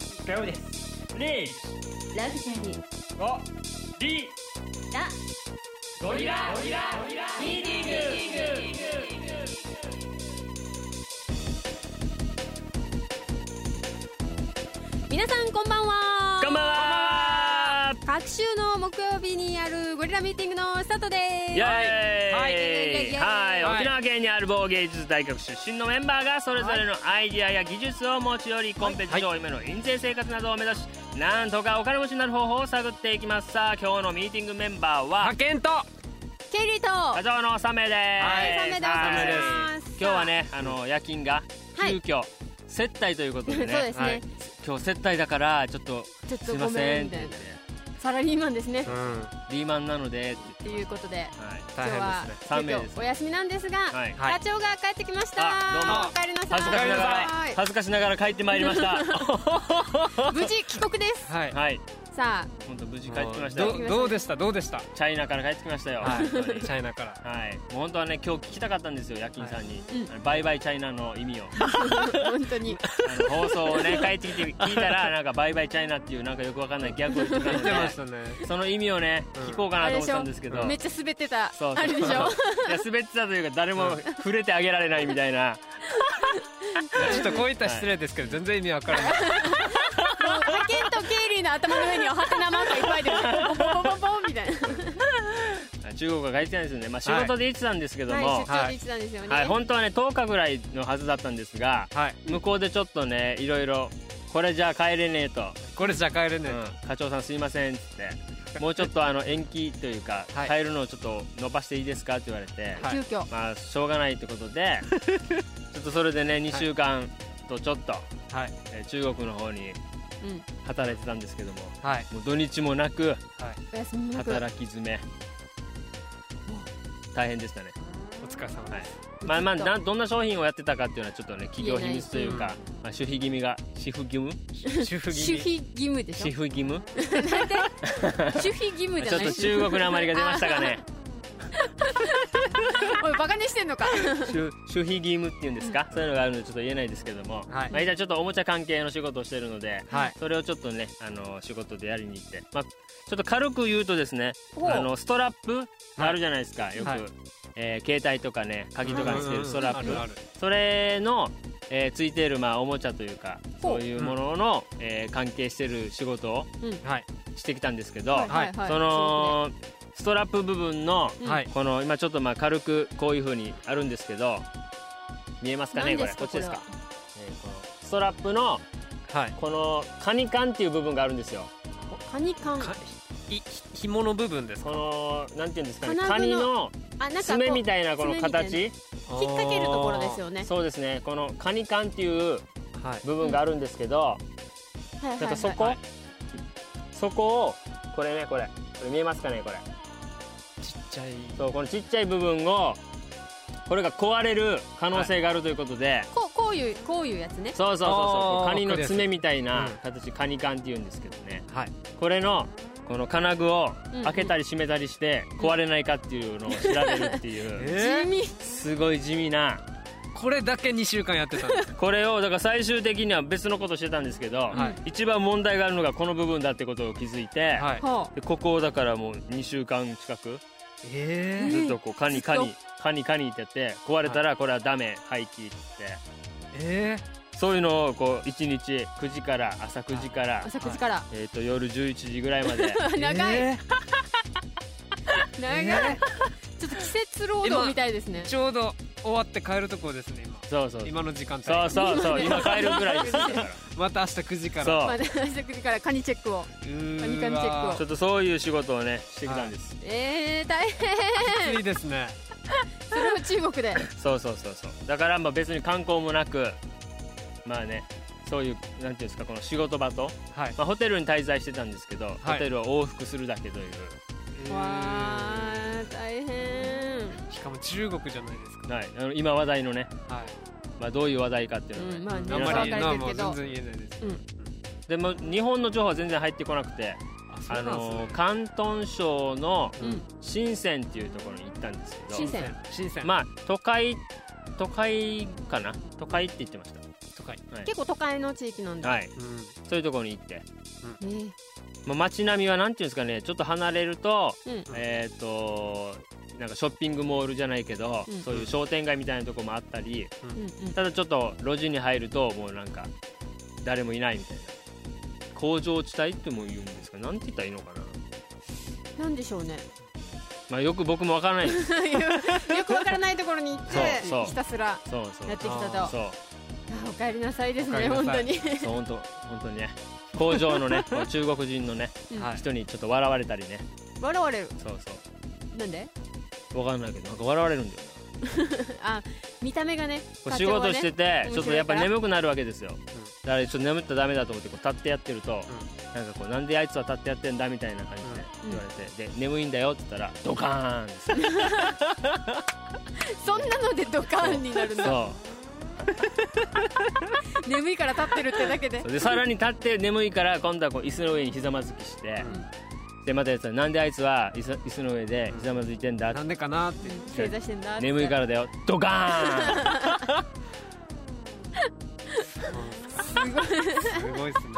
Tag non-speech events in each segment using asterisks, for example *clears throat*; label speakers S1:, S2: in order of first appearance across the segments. S1: 使うですレイジ
S2: ラグジュアリー
S1: ゴリ
S2: ラ
S1: ゴリラゴリラミーティング
S2: 皆さんこんばんは
S3: こんばんは
S2: 各週の木曜日にあるゴリラミーティングのスタートです
S3: イエーイ
S1: はい
S3: はい
S1: はい
S3: 沖縄県にある某芸術大学出身のメンバーがそれぞれのアイディアや技術を持ち寄りコンペティションを夢の印税生活などを目指しなんとかお金持ちになる方法を探っていきますさあ今日のミーティングメンバーは
S1: 派遣と
S2: ケリーと
S3: 課長の3名です
S2: はい三名でお
S1: 願いし
S2: ます
S3: はい今日はねあの夜勤が
S2: は
S3: 急
S2: い
S3: 遽、接待ということ
S2: *laughs* そう
S3: でね
S2: ですね、
S1: はい
S3: 今日接待だからちょっと
S2: ちょっ
S3: す
S2: と
S3: い
S2: ご
S3: ま
S2: め
S3: せ
S2: ん
S3: ん
S2: み
S3: って
S2: た
S3: 言
S2: い
S3: っ
S2: な
S3: て
S2: サラリーマンですね
S1: うん
S3: リーマンなのでっ
S2: ってて
S3: 言っ
S2: いう
S3: て
S2: ことで
S3: はい
S2: 今
S1: 大
S2: 日
S1: 変
S2: は
S1: ですね
S2: ちょっ
S3: 三名です
S2: とお休みなんですが
S3: はい
S2: 課長が帰ってきました
S3: あ
S2: お帰りなさい
S3: 恥ずかしながら
S2: はい
S3: 恥ずかしながら帰ってまいりました
S2: 無事帰国です
S1: はい
S3: はい
S2: さあ
S3: 本当無事帰ってきました
S1: ど
S3: よ
S2: う
S1: どうでしたどうでした
S3: チャイナから帰ってきましたよ、
S1: はいチ
S3: 本当に
S1: ャイナから
S3: はい、もう本当はね今日聞きたかったんですよ夜勤さんに、
S2: うん
S3: あのバイバイチャイナの意味を
S2: 本当に
S3: あの放送をね帰ってきて聞いたらなんかバイバイチャイナっていうなんかよくわかんないギャグを言ってた
S1: 言
S3: ので
S1: ってましたね
S3: その意味をね、
S1: うん
S3: 聞こうかなと思ったんですけど、
S1: あれ
S2: めっ
S3: ち
S2: ちゃ滑ってた
S3: そうそう
S2: あれでしょ
S3: *laughs* いや滑ってたというか誰も触れてあげられないみたいな
S1: ちょっとこう言ったら失礼ですけど全然意味わからない
S2: 派遣とケイリーの頭の上にはハテナマークがいっぱいでボンボンボンボンみたいな
S3: 中国が帰ってきたんですよね、まあ、仕事で行ってたんですけども、
S2: は
S3: はいい
S2: 出張で行ってたんですよね
S3: 本当はね10日ぐらいのはずだったんですが
S1: はい
S3: 向こうでちょっとねいろいろこれじゃあ帰れねえと、
S1: これじゃ帰れね
S3: うん課長さんすいませんっつ
S1: *laughs*
S3: ってもうちょっとあの延期というか、
S1: はい
S3: 帰るのをちょっと伸ばしていいですかって言われて、
S1: はい
S2: 急遽
S3: まあしょうがないってこと
S1: *laughs*
S3: でちょっとそれでね2週間とちょっと、
S1: えはい
S3: えー中国の方に
S2: うん
S3: 働いてたんですけども
S1: はい
S3: もう土日もなく
S2: お休みなく
S3: 働き詰め大変でしたね
S1: お疲れ様
S3: は
S1: で
S3: い
S1: す
S3: まあまあ
S2: ちょっと
S3: などんな商品をやってたかっていうのはちょっとね企業秘密というか、まあ、守秘義務が主婦義務
S1: 主婦気
S2: 守
S1: 味
S2: 秘義務でしょ
S3: 主婦義務
S2: 守秘義務じ
S3: ち
S2: ゃ
S3: ょっ
S2: ない
S3: と中国のあまりが出ましたかね
S2: おいバカにしてんのか
S3: 守 *laughs* 守秘義務っていうんですか、そういうのがあるのでちょっと言えないですけども、
S1: はい
S3: まあ、一応ちょっとおもちゃ関係の仕事をしてるので、
S1: はい
S3: それをちょっとねあの仕事でやりに行って、まあ、ちょっと軽く言うとですね
S2: ほう
S3: あのストラップあるじゃないですか、よく、
S1: はい
S3: えー携帯とかね鍵とかにつけるストラップ、
S1: うんうんうんある
S3: それの、えーついてる、まあ、おもちゃというかそう
S2: ほ
S3: ういうものの、えー関係してる仕事を
S1: あるはい
S3: してきたんですけど、
S2: はいはい
S3: そのストラップ部分の、
S2: うん
S1: はい
S3: この今ちょっとまあ軽くこういう風にあるんですけど見えますかね
S2: 何
S3: こ
S2: で
S3: れ
S2: す
S3: こ
S2: か
S3: っちですか
S2: こ
S3: えーこのストラップの
S1: はい
S3: このカニ缶っていう部分があるんですよ
S2: れはカニ缶
S1: かひ紐の部分ですか
S3: このなんていうんですかねカ
S2: 金
S3: ニ
S2: 具
S3: の
S2: あなんかこ
S3: 爪
S2: う
S3: みたいなこの
S2: 爪みたいな
S3: 形
S2: 引っ掛けるところですよね
S3: そうですねこのカニ缶っていう
S1: はい
S3: 部分があるんですけど、
S2: はいはい
S3: なん
S2: は
S3: か
S2: い
S3: そこ、そこをこれねこれこれ見えますかねこれ
S1: ちっちゃい
S3: そうこのちっちゃい部分をこれが壊れる可能性があるということで、
S2: こうこういうこういうやつね
S3: そうそうそう
S1: あ
S3: そう
S1: ー
S3: カニの爪みたいな
S1: うん
S3: 形、カニ缶っていうんですけどね
S1: はい
S3: これのこの金具を
S2: うん
S3: 開けたり閉めたりして壊れないかっていうのを調べるって
S2: *laughs*
S3: いう
S2: 地味
S3: すごい地味な
S1: これだけ2週間やってたん
S2: *laughs*
S1: です
S3: これをだから最終的には別のことしてたんですけど、
S1: は
S3: 一番問題があるのがこの部分だってことを気づいて、
S1: はい
S2: ほ
S3: でここをだからもう2週間近く
S1: え
S2: え
S1: ー
S3: ずっとこうカニカ
S2: ず
S3: ニ
S2: っ
S3: カニカニってやって壊れたらこれはダメ廃棄って
S1: えー
S3: そういうのをこう1日9時から朝9時から
S2: う朝口から
S3: えー、と夜11時ぐらいまで
S2: 長い
S1: え
S2: 長
S1: ー
S2: い
S1: え
S2: ちょっと季節労働みたいですね
S1: ーちょうど終わって帰るところですね
S3: そうそう
S1: 今今の時間帯
S3: そうそうそう今帰るぐらいです
S1: また明日9時から
S3: そ
S2: まあ
S3: う
S2: 朝口からカニチェックを
S1: うーわー
S2: カニカニチェック
S3: ちょっとそういう仕事をねしてきたんです、
S2: えー大変
S1: きついですね
S2: それを中
S3: *laughs*
S2: 国で
S3: そうそうそうそうだからまあ別に観光もなくまあねそういうなんていうんですかこの仕事場と、
S1: はい
S3: まあ、ホテルに滞在してたんですけど、
S1: い
S3: ホテルを往復するだけという
S1: う
S2: *laughs*
S1: ーん
S2: わー大変
S1: しかも中国じゃないです
S3: はい、あの今話題のね、
S1: かはい
S3: まあ、どういう話題かっていうのをね、
S2: うんまあね
S1: あん
S3: 皆
S1: ま
S3: さん
S1: り
S3: に
S2: わ
S1: な
S2: か
S1: も
S2: るけ
S1: う
S2: ど
S1: 全然言えないです
S2: うん
S3: でも日本の情報は全然入ってこなくて
S1: あ
S3: あの
S1: の
S3: 広東省の
S2: うん
S3: 深センっていうところに行ったんですけど
S2: 深セン
S1: 新鮮
S3: まあ都会都会かな都会って言ってました
S1: 都会
S3: はい
S2: 結構都会の地域なんだ、
S3: はい、
S1: うん
S3: そういうところに行って、
S2: ね
S3: まあ、街並みはなんていうんですかねちょっと離れると、
S2: うん
S3: えっ、となんかショッピングモールじゃないけど、
S2: うん
S3: そういう商店街みたいなとこもあったり
S2: うんうん、
S3: ただちょっと路地に入るともうなんか誰もいないみたいな工場地帯っても言うんですかなんて言ったらいいのかな、
S2: なんでしょうね
S3: まあ、よく僕もわからないです
S2: よくわからないところに行って
S3: そうそう
S2: ひたすら
S3: そうそう
S2: やってきたと
S1: あ
S2: あ
S3: そう
S2: おかえりなさいですね
S1: おかえ
S2: 本
S1: りな
S2: 当
S1: さい
S2: に
S3: そう本当本当にね工場のねこう中国人のね
S2: うん
S1: はい
S3: 人にちょっと笑われたりね
S2: 笑われる
S3: そうそ
S2: なんで
S3: うわかんないけどなんか笑われるんだよな
S2: あ見た目がね
S3: こう仕事してて、
S2: ね
S3: ちょっとやっぱ眠くなるわけですよ、だからちょっと眠ったらダメだと思ってこう立ってやってると、なんかこうなんであいつは立ってやってんだみたいな感じで
S2: うん
S3: 言われて、で眠いんだよって言ったらドカーンですよ
S2: そんなのでドカーンになるんだ
S3: そ
S2: 眠いから立ってるってだけで
S3: うそうでさらに立って眠いから今度はこう椅子の上にひざまずきして、でまたやつはなんであいつは椅子椅子の上でひざまずいてんだ、
S1: なんでかなって
S2: 正座してんだって
S3: 眠いからだよドカーン
S1: すごいですね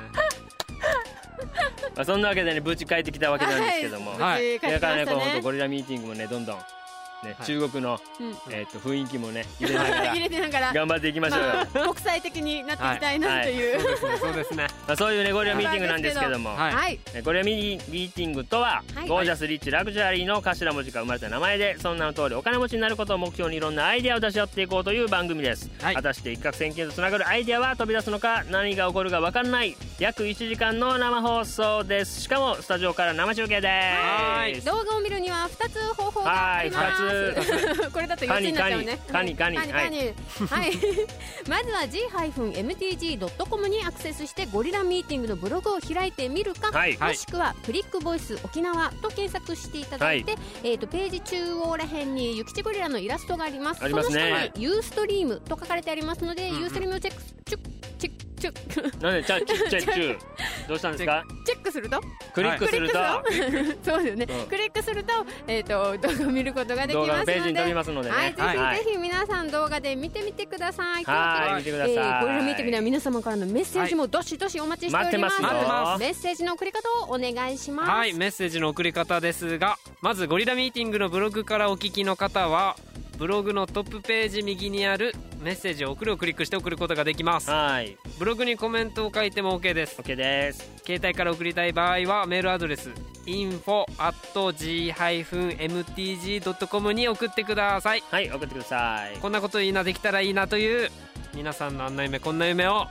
S3: まあそんなわけでね無事帰ってきたわけなんですけども、
S1: いは
S2: 無
S1: い
S2: 事帰っ
S3: だ
S2: てき
S3: か
S2: ま
S3: らね
S2: し
S3: こ
S2: た
S3: う本当
S2: ね
S3: ゴリラミーティングもねどんどん、ね
S1: はい
S3: 中国の、
S2: うん
S3: えー、と雰囲気もね入れながら
S2: 入れてながら
S3: 頑張っていきましょうよ、
S2: *laughs* まあ国際的になっていきたいなという
S1: そうですねそうですね
S3: まあ、そういうねゴリラミーティングなんですけども、
S1: はい
S2: はい
S3: えゴリラミーティングとは、
S2: はい
S3: ゴージャスリッチラグジュアリーの頭文字から生まれた名前でその名の通りお金持ちになることを目標にいろんなアイデアを出し合っていこうという番組です、
S1: はい
S3: 果たして一攫千金とつながるアイデアは飛び出すのか何が起こるか分かんない約1時間の生放送ですしかもスタジオから生中継です
S2: 動画を見るには二つ方法があります。 *laughs* これだと四つになっちゃうね。
S3: カニカニ
S2: はいカニカニはい。 *laughs* まずは g-mtg.com にアクセスしてゴリラミーティングのブログを開いてみるか。
S3: はい
S2: もしくはクリックボイス沖縄と検索していただいて、えっ、とページ中央ら辺にゆきちゴリラのイラストがあります。
S3: ありますね
S2: その下にユーストリームと書かれてありますので、
S1: うんうん
S2: ユーストリームをチェックチェックチェックチェック
S3: なんでちゃちゅちゃちゅどうしたんですか
S2: チェックすると
S3: クリックすると、
S2: そうですね、
S3: うん
S2: クリックすると,、えー、と動画を見ることができま
S3: 動
S2: すの
S3: 画のページに飛び
S2: で。
S3: ますのでね
S2: はい、ぜ
S1: はい
S2: ひぜひ皆さん動画で見てみてください。
S3: はい見て
S2: とう
S3: く
S2: わ
S3: ださ
S2: け
S3: い、
S2: で、えー、ゴリラミーティングでは皆様からのメッセージもどしどしお待ちしております。
S3: 待ってます
S2: メ
S1: よ
S2: ッセージの送り方をお願いします。
S1: はい、メッセージの送り方ですがまずゴリラミーティングのブログからお聞きの方はブログのトップページ右にある「メッセージを送る」をクリックして送ることができます
S3: はい
S1: ブログにコメントを書いても OK です
S3: OK です
S1: 携帯から送りたい場合はメールアドレス info.g-mtg.com に送ってください
S3: はい送ってください
S1: こんなこといいなできたらいいなという皆さんのあんな夢こんな夢を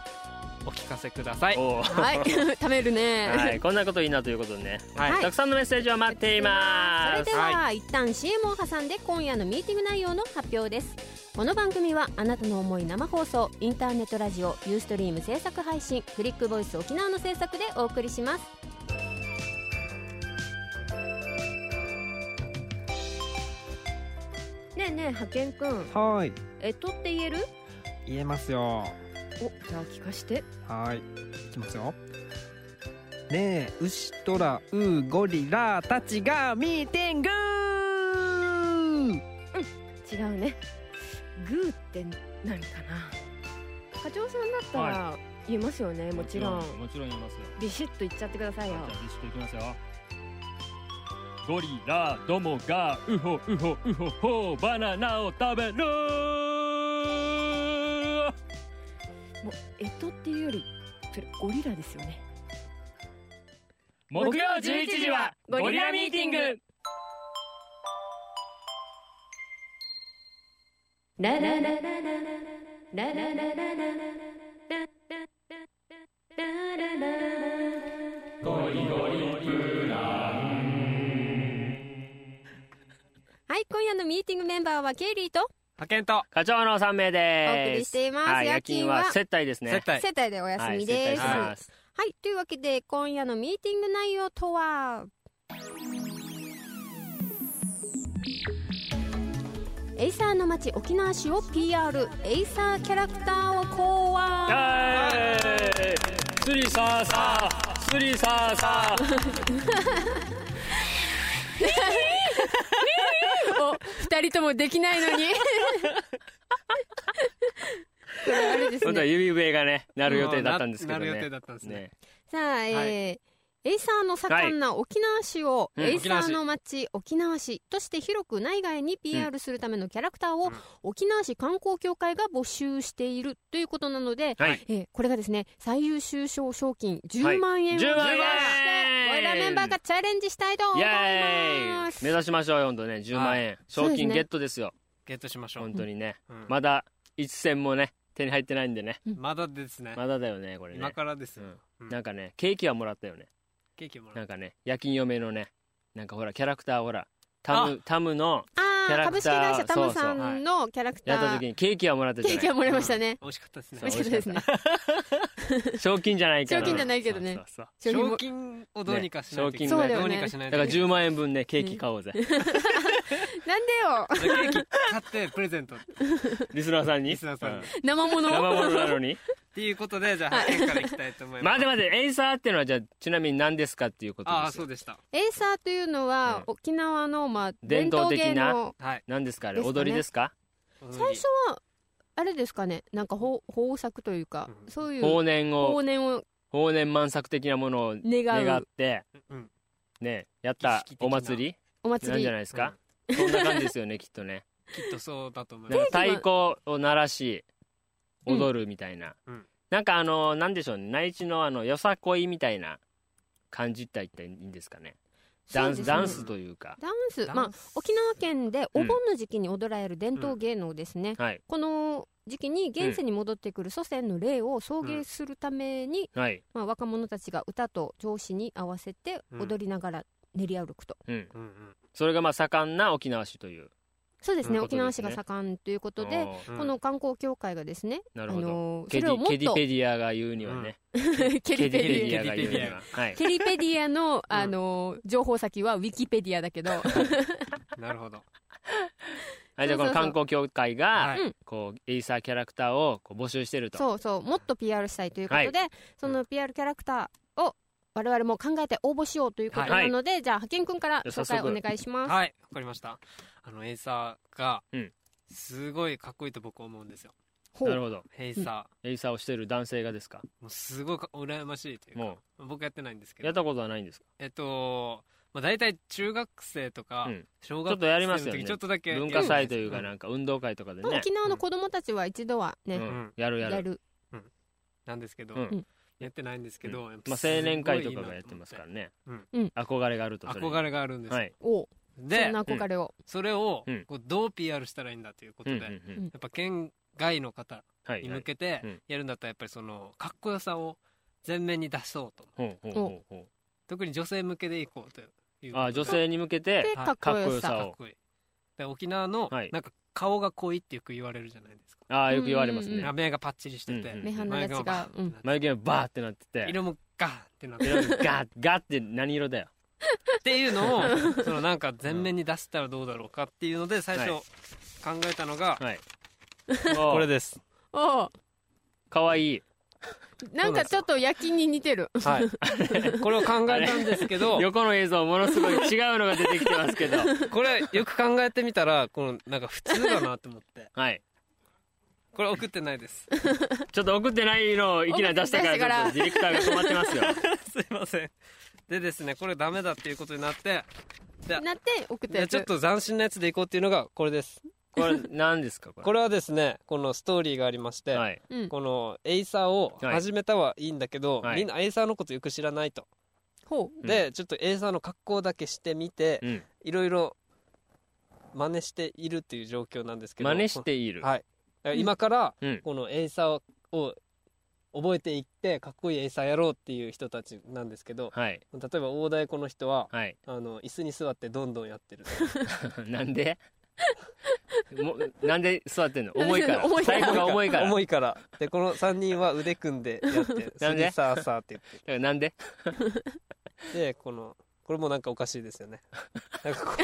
S1: お聞かせください
S3: おー
S2: はい、 *laughs* 貯めるね。
S3: はい、こんなこといいなということでね、
S1: はい
S2: はい
S3: たくさんのメッセージを待っています
S2: それでは、一旦 CM を挟んで今夜のミーティング内容の発表ですこの番組はあなたの思い生放送インターネットラジオユーストリーム制作配信クリックボイス沖縄の制作でお送りしますねえねえ派遣くん
S4: はい
S2: えっとって言える
S4: 言えますよ
S2: おじゃあ聞かして
S4: はいいきますよねえ牛トラウゴリラたちがミーティング
S2: 違うねグーって何かな課長さんだったら言えますよね、もちろん
S3: もちろん言いますよ
S2: ビシッと言っちゃってくださいよ
S3: じゃあビシッといきますよゴリラどもがウホウホウホホバナナを食べる
S5: もうえとっていうよりそれゴリラですよね
S3: 木曜11時はゴリラミーティング
S2: はい、今夜のミーティングメンバーはケイリーと
S1: 派遣と
S3: 課長の3名です
S2: お送りしています
S3: はい、
S2: 夜
S3: 夜
S2: 勤
S3: 勤
S2: は
S3: は接待ですね
S1: 接待
S2: 世帯でお休みで
S3: はい、接
S2: す。
S3: 待し
S2: はい、
S3: ます
S2: というわけで今夜のミーティング内容とはエイサーの街沖縄市を PR エイサーキャラクターを考案
S3: はいスリサーサースリサーサー
S2: お二人ともできないのにこれあれです
S3: 本当は
S2: ね
S3: 指笛がねなる予定だったんですけど
S1: ななる予定
S3: ね
S1: だったんですね
S3: ね
S2: さあ、えー
S1: はい
S2: エイサーの盛んな沖縄市を、
S3: うん
S2: エイサーの町沖縄市として広く内外に PR するためのキャラクターを、
S1: うん
S2: 沖縄市観光協会が募集しているということなので、
S3: はい
S2: えーこれがですね最優秀賞賞金10万円を
S3: 10万円
S2: 我らメンバーがチャレンジしたいと思
S3: イ
S2: い
S3: エ
S2: ま
S3: ーイ
S2: す
S3: 目指しましょうよ本当ね10万円賞金ゲットですよ
S1: ゲットしましょう
S3: 本当にね
S1: うん
S3: まだ一銭もね手に入ってないんでね
S1: まだですね
S3: まだだよねこれ
S1: 今
S3: ね
S1: からですよ
S3: うんなんかねケーキはもらったよね
S1: ケーキもら
S3: な
S1: うん
S3: かね夜勤嫁のねなんかほらキャラクターほらタムタムの
S2: あ
S3: キャ
S2: ー
S3: ラ
S2: 株
S3: ク
S2: 式
S3: ター
S2: 会社タムさ
S3: そう
S1: そうん
S2: のキャラクタ
S3: やった
S2: ー
S3: 時にケーキはもらったじ
S2: ケ
S3: ゃ
S2: ー
S3: ない
S2: キはもらいましたね、
S1: 美味しかったですね
S3: そう
S2: 美味しかったですね
S3: 賞金じゃないから
S2: 賞金じゃないけどね
S3: そうそう
S2: 商品も
S1: 賞金をどうにかしないといけ
S3: ね賞金ね
S1: ない、どうにかしな
S3: そう
S1: い
S3: だか
S1: と
S3: ら
S1: いけ
S3: 10万円分ねケーキ買おうぜ
S2: なんでよ
S1: ないケーキ買ってプレゼ
S3: *laughs*
S1: ントっ
S3: リスナーさんに
S1: リスナーさん
S3: う
S1: に
S2: 生もの
S3: 生物なのに
S1: ていうことでじゃあ発見からいきたいと思います
S3: 待て待てエイサーってのはじゃあちなみに何ですかっていうこと
S1: ああ
S3: で
S1: ー
S3: す
S1: そ
S3: よ
S1: うでした
S2: エイサーというのは、
S3: う
S2: 沖縄の、まあ、
S3: 伝
S2: 伝
S3: 統
S2: 統
S3: 的な
S2: 芸能
S1: はい
S3: 何ですかあれ
S2: ですかね
S3: 踊りですか
S2: 最初はあれですかねなんか方方策というか、
S1: うん
S2: そういう
S3: 往年を
S2: 往年を
S3: 往年満作的なものを
S2: 願う
S3: 願って
S1: うん
S3: ねやった
S1: 儀式的な
S3: お祭
S2: お
S3: りなん
S2: 祭
S3: じ
S2: り
S3: ゃないですかそんな感じですよねきっとね
S1: きっとそうだと思い
S3: な
S1: ま
S3: ん
S1: す
S3: か太鼓を鳴らし
S2: うん
S3: 踊るみたいな、
S1: うん
S3: なんかあのなんでしょうね内地のあのよさこいみたいな感じって言ったらいいんですかねダンス
S2: そうですね
S3: ダンスというか、
S2: ダンス
S1: ダンス
S2: まあ沖縄県でお盆の時期に踊られる伝統芸能ですね、
S3: はい
S2: この時期に現世に戻ってくる祖先の霊を送迎するために、
S3: はい
S2: まあ、若者たちが歌と調子に合わせて
S1: うん
S2: 踊りながら練り歩くと、
S3: うん、
S1: うんうん
S3: それがまあ盛んな沖縄市という
S2: そうですね
S3: うん
S2: 沖縄市が盛んということで、
S3: おー
S2: この観光協会がですね、
S3: な
S2: あ
S3: るほど、
S2: のー
S3: ケ
S2: そ
S3: デ
S2: れを
S3: ィ
S2: もっ
S3: ケディ
S2: と
S3: ペディアが言うにはね、
S2: *laughs* ケリ
S3: ケデ
S2: ペデ
S3: ィペ
S2: ィ
S3: ディアが言うにははい
S2: アケリペディアの、あの情報先はウィキペディアだけど
S1: なるほど
S3: はい、じゃあこの観光協会が
S1: はい
S2: うん
S3: こうエイサーキャラクターをこう募集してると
S2: そうそうもっと PR したいということで、その PR キャラクターを我々も考えて応募しようということなので、じゃあ派遣くんから
S3: じゃあ早
S2: 紹介
S3: 速
S2: お願いします。
S1: はいわかりましたあのエイサーが
S3: うん
S1: すごいかっこいいと僕思うんですよ
S2: ほ
S3: なる
S2: う
S3: ほど
S1: エイサ
S3: エイサーをしてる男性がですか
S1: ーもうすごいか羨ましいというか
S3: も
S1: 僕やってないんですけ
S3: うやっ
S1: ど
S3: たことはないんですか
S1: えっとまあ大体中学生とか
S3: うん
S1: 小
S3: ちょ
S1: 学
S3: っ
S1: 生
S3: とやりま
S1: の
S3: すよね
S1: 時ちょっとだけ
S3: 文化祭というか
S1: ん
S3: なんか運動会とかで
S2: まあ
S3: ね
S2: 沖縄の子供たちは一度はね、
S3: う
S1: うんん、
S3: やるや
S2: や
S3: る
S2: る
S1: なんですけど、
S3: うん
S1: やってないんですけど、やっぱ
S3: まあ、
S1: すごい
S3: 青年会とかがやってますから
S1: い
S3: ね
S1: うん、
S2: うん
S3: 憧れがあると
S1: いな
S3: そ
S1: と
S3: れに
S1: 思って憧れがあるんです、
S3: はい、
S2: をそ
S1: で
S2: んな憧れを、
S1: それを
S3: うん
S1: こうどう PR したらいいんだということ
S3: うん
S1: で、
S3: うん
S1: や
S3: うん
S1: っぱ県外の方
S3: はい
S1: に
S3: は
S1: 向
S3: い
S1: けて
S3: うん
S1: やるんだったらやっぱりそのかっこよさを前面に出そうと
S3: ほうほうほうほ
S1: 特に女性向けでいこうという
S3: うあ女性に向けて
S2: で
S1: はい
S2: かっこよ
S3: かっ
S2: さ
S3: こよ
S1: かっこいいで沖縄の
S3: はい
S1: なんか顔が濃いってよく言われるじゃないですか、
S3: ああよく言われます
S2: うんうん
S1: あ
S3: ね
S1: 目がパッチリしてて、
S3: うんうん
S2: 目鼻立ち
S1: バー
S2: がう
S1: ンっ、て
S2: ん
S1: な、って
S3: 眉毛がバーってなってて
S1: 色もガーンってなって
S3: 色がガッガッって何色だよ
S1: ってい
S3: *laughs*
S1: うのをそのなんか前面に出せたらどうだろうかっていうので最初
S3: はい
S1: 考えたのが *laughs*
S3: はい
S1: こ
S3: こ
S1: れ
S3: で
S1: です
S2: おう
S3: かわいい
S2: なんかちょっと夜勤に似てる
S1: はいこれを考えたんですけど
S3: 横の映像ものすごい違うのが出てきてますけ
S1: *laughs*
S3: ど
S1: これよく考えてみたらこのなんか普通だなと思って
S3: はい
S1: これ送ってないです
S3: ちょっと送ってないのをいきなり出したか
S2: 送って
S3: らちょっとディレクターが止まってますよ
S1: *laughs* すいませんでですねこれダメだっていうことになって
S2: なって送って
S1: でちょっと斬新なやつでいこうっていうのがこれです
S3: これ何ですかこれ
S1: これはですねこのストーリーがありまして、
S3: はい
S2: うん、
S1: このエイサーを始めたはいいんだけど、
S3: はい
S1: みんなエイサーのことよく知らないと、
S2: ほう
S1: でちょっとエイサーの格好だけしてみて、
S3: うん
S1: いろいろ真似しているっていう状況なんですけど
S3: 真似している
S1: はい今から
S3: うん
S1: このエイサーを覚えていってかっこいいエイサーやろうっていう人たちなんですけど
S3: はい
S1: 例えば大太鼓の人は
S3: はい *laughs*
S1: あの椅子に座ってどんどんやってる
S3: なんで *laughs* もなんで座ってんの重いから
S2: 重いから
S3: 最後が重いから
S1: 重いからでこの3人は腕組んでやって「
S3: *laughs* なんで
S1: スリサーサー」って言
S3: だからなんで
S1: ってでこのこれもなんかおかしいですよねなんかこう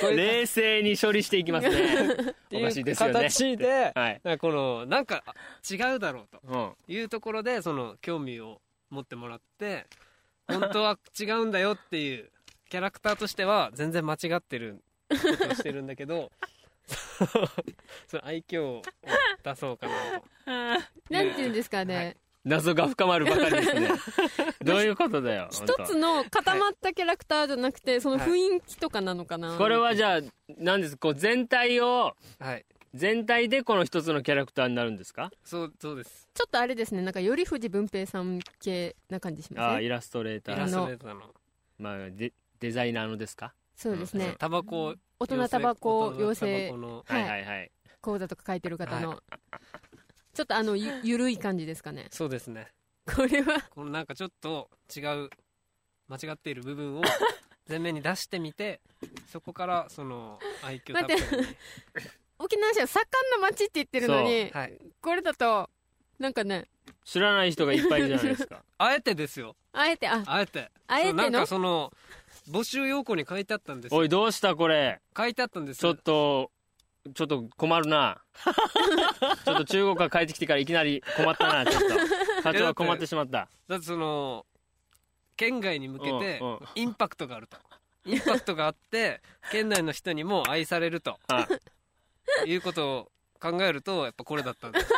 S1: こういう
S3: 冷静に処理していきますね
S1: っ
S3: *laughs*
S1: て
S3: お
S1: いう
S3: かしいですよね
S1: 形で
S3: はい、
S1: なんかこのなんかあ違うだろうと
S3: うん、
S1: いうところでその興味を持ってもらって本当は違うんだよっていうキャラクターとしては全然間違ってることをしてるんだけど *laughs* その愛嬌を出そうかなと
S2: なんて言うんですかね、
S1: は
S3: 謎が深まるばかりですねどういうことだよ
S2: 一
S3: 本当
S2: つの固まったキャラクターじゃなくてその雰囲気とかなのかな、
S3: これはじゃあ何ですこう全体を
S1: はい
S3: 全体でこの一つのキャラクターになるんですか
S1: そうそうです
S2: ちょっとあれですねなんかより藤文平さん系な感じし
S3: あ
S2: ま
S3: あ
S2: すね
S3: イラストレータ
S1: イ
S3: ー
S1: ラ
S2: あ
S1: ス
S2: の
S1: トレーターの
S3: まあデデザイナーのですか
S2: そうですね、
S1: タバコを
S2: 大人タバコ養成
S1: 大人タバコの
S2: は
S3: はいいはいはい
S2: 講座とか書いてる方の、ちょっとあのゆゆるい感じですかね
S1: そうですね
S2: これは
S1: このなんかちょっと違う間違っている部分
S2: *laughs*
S1: を前面に出してみてそこからその愛嬌たっぷり
S2: 待沖縄市は盛んな町って言ってるのに
S1: にはい
S2: これだとなんかね
S3: 知らない人がいっぱいいるじゃないですか
S1: あえてですよ
S2: あえてあ
S1: あえて
S2: あえての
S1: そうなんかその募集要項に書いてあったんですよ
S3: おいどうしたこれ
S1: 書いてあったんです
S3: ちょっとちょっと困る
S2: *laughs*
S3: なちょっと中国が帰ってきてからいきなり困ったなちょっと課長が困ってしまった
S1: だってその県外に向けて
S3: うんうん
S1: インパクトがあるとインパクトがあって県内の人にも愛されると
S3: はい
S1: いうことを考えるとやっぱこれだったんです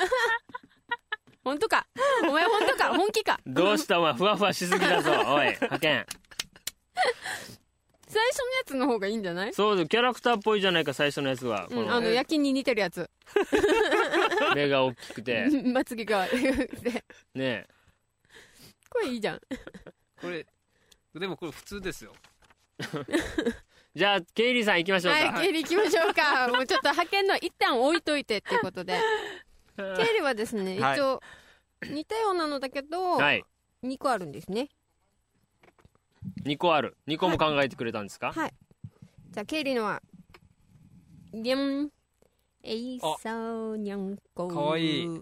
S2: 本当かお前本当か本気か
S3: どうしたお前ふわふわしすぎだぞおい派遣
S2: 最初のやつの方がいいんじゃない
S3: そうだキャラクターっぽいじゃないか最初のやつはこ
S2: うん、あ
S3: の
S2: の夜勤に似てるやつ
S3: 目が大きくて
S2: *laughs* まつげが *laughs* で
S3: ね
S2: これいいじゃん
S1: これでもこれ普通ですよ
S3: じゃあケイリーさん行きましょうか、
S2: はい、経理行きましょうか。
S3: *laughs*
S2: もうちょっと派遣のは一旦置いといてっていうことで。経理はですね、
S3: はい
S2: 一応、似たようなのだけど、
S3: はい
S2: 2個あるんですね。
S3: 2個ある2個も考えてくれたんですか、
S2: はい。じゃあ、経理のは、ぎゃん。えいそうにゃんこ。
S1: かわいい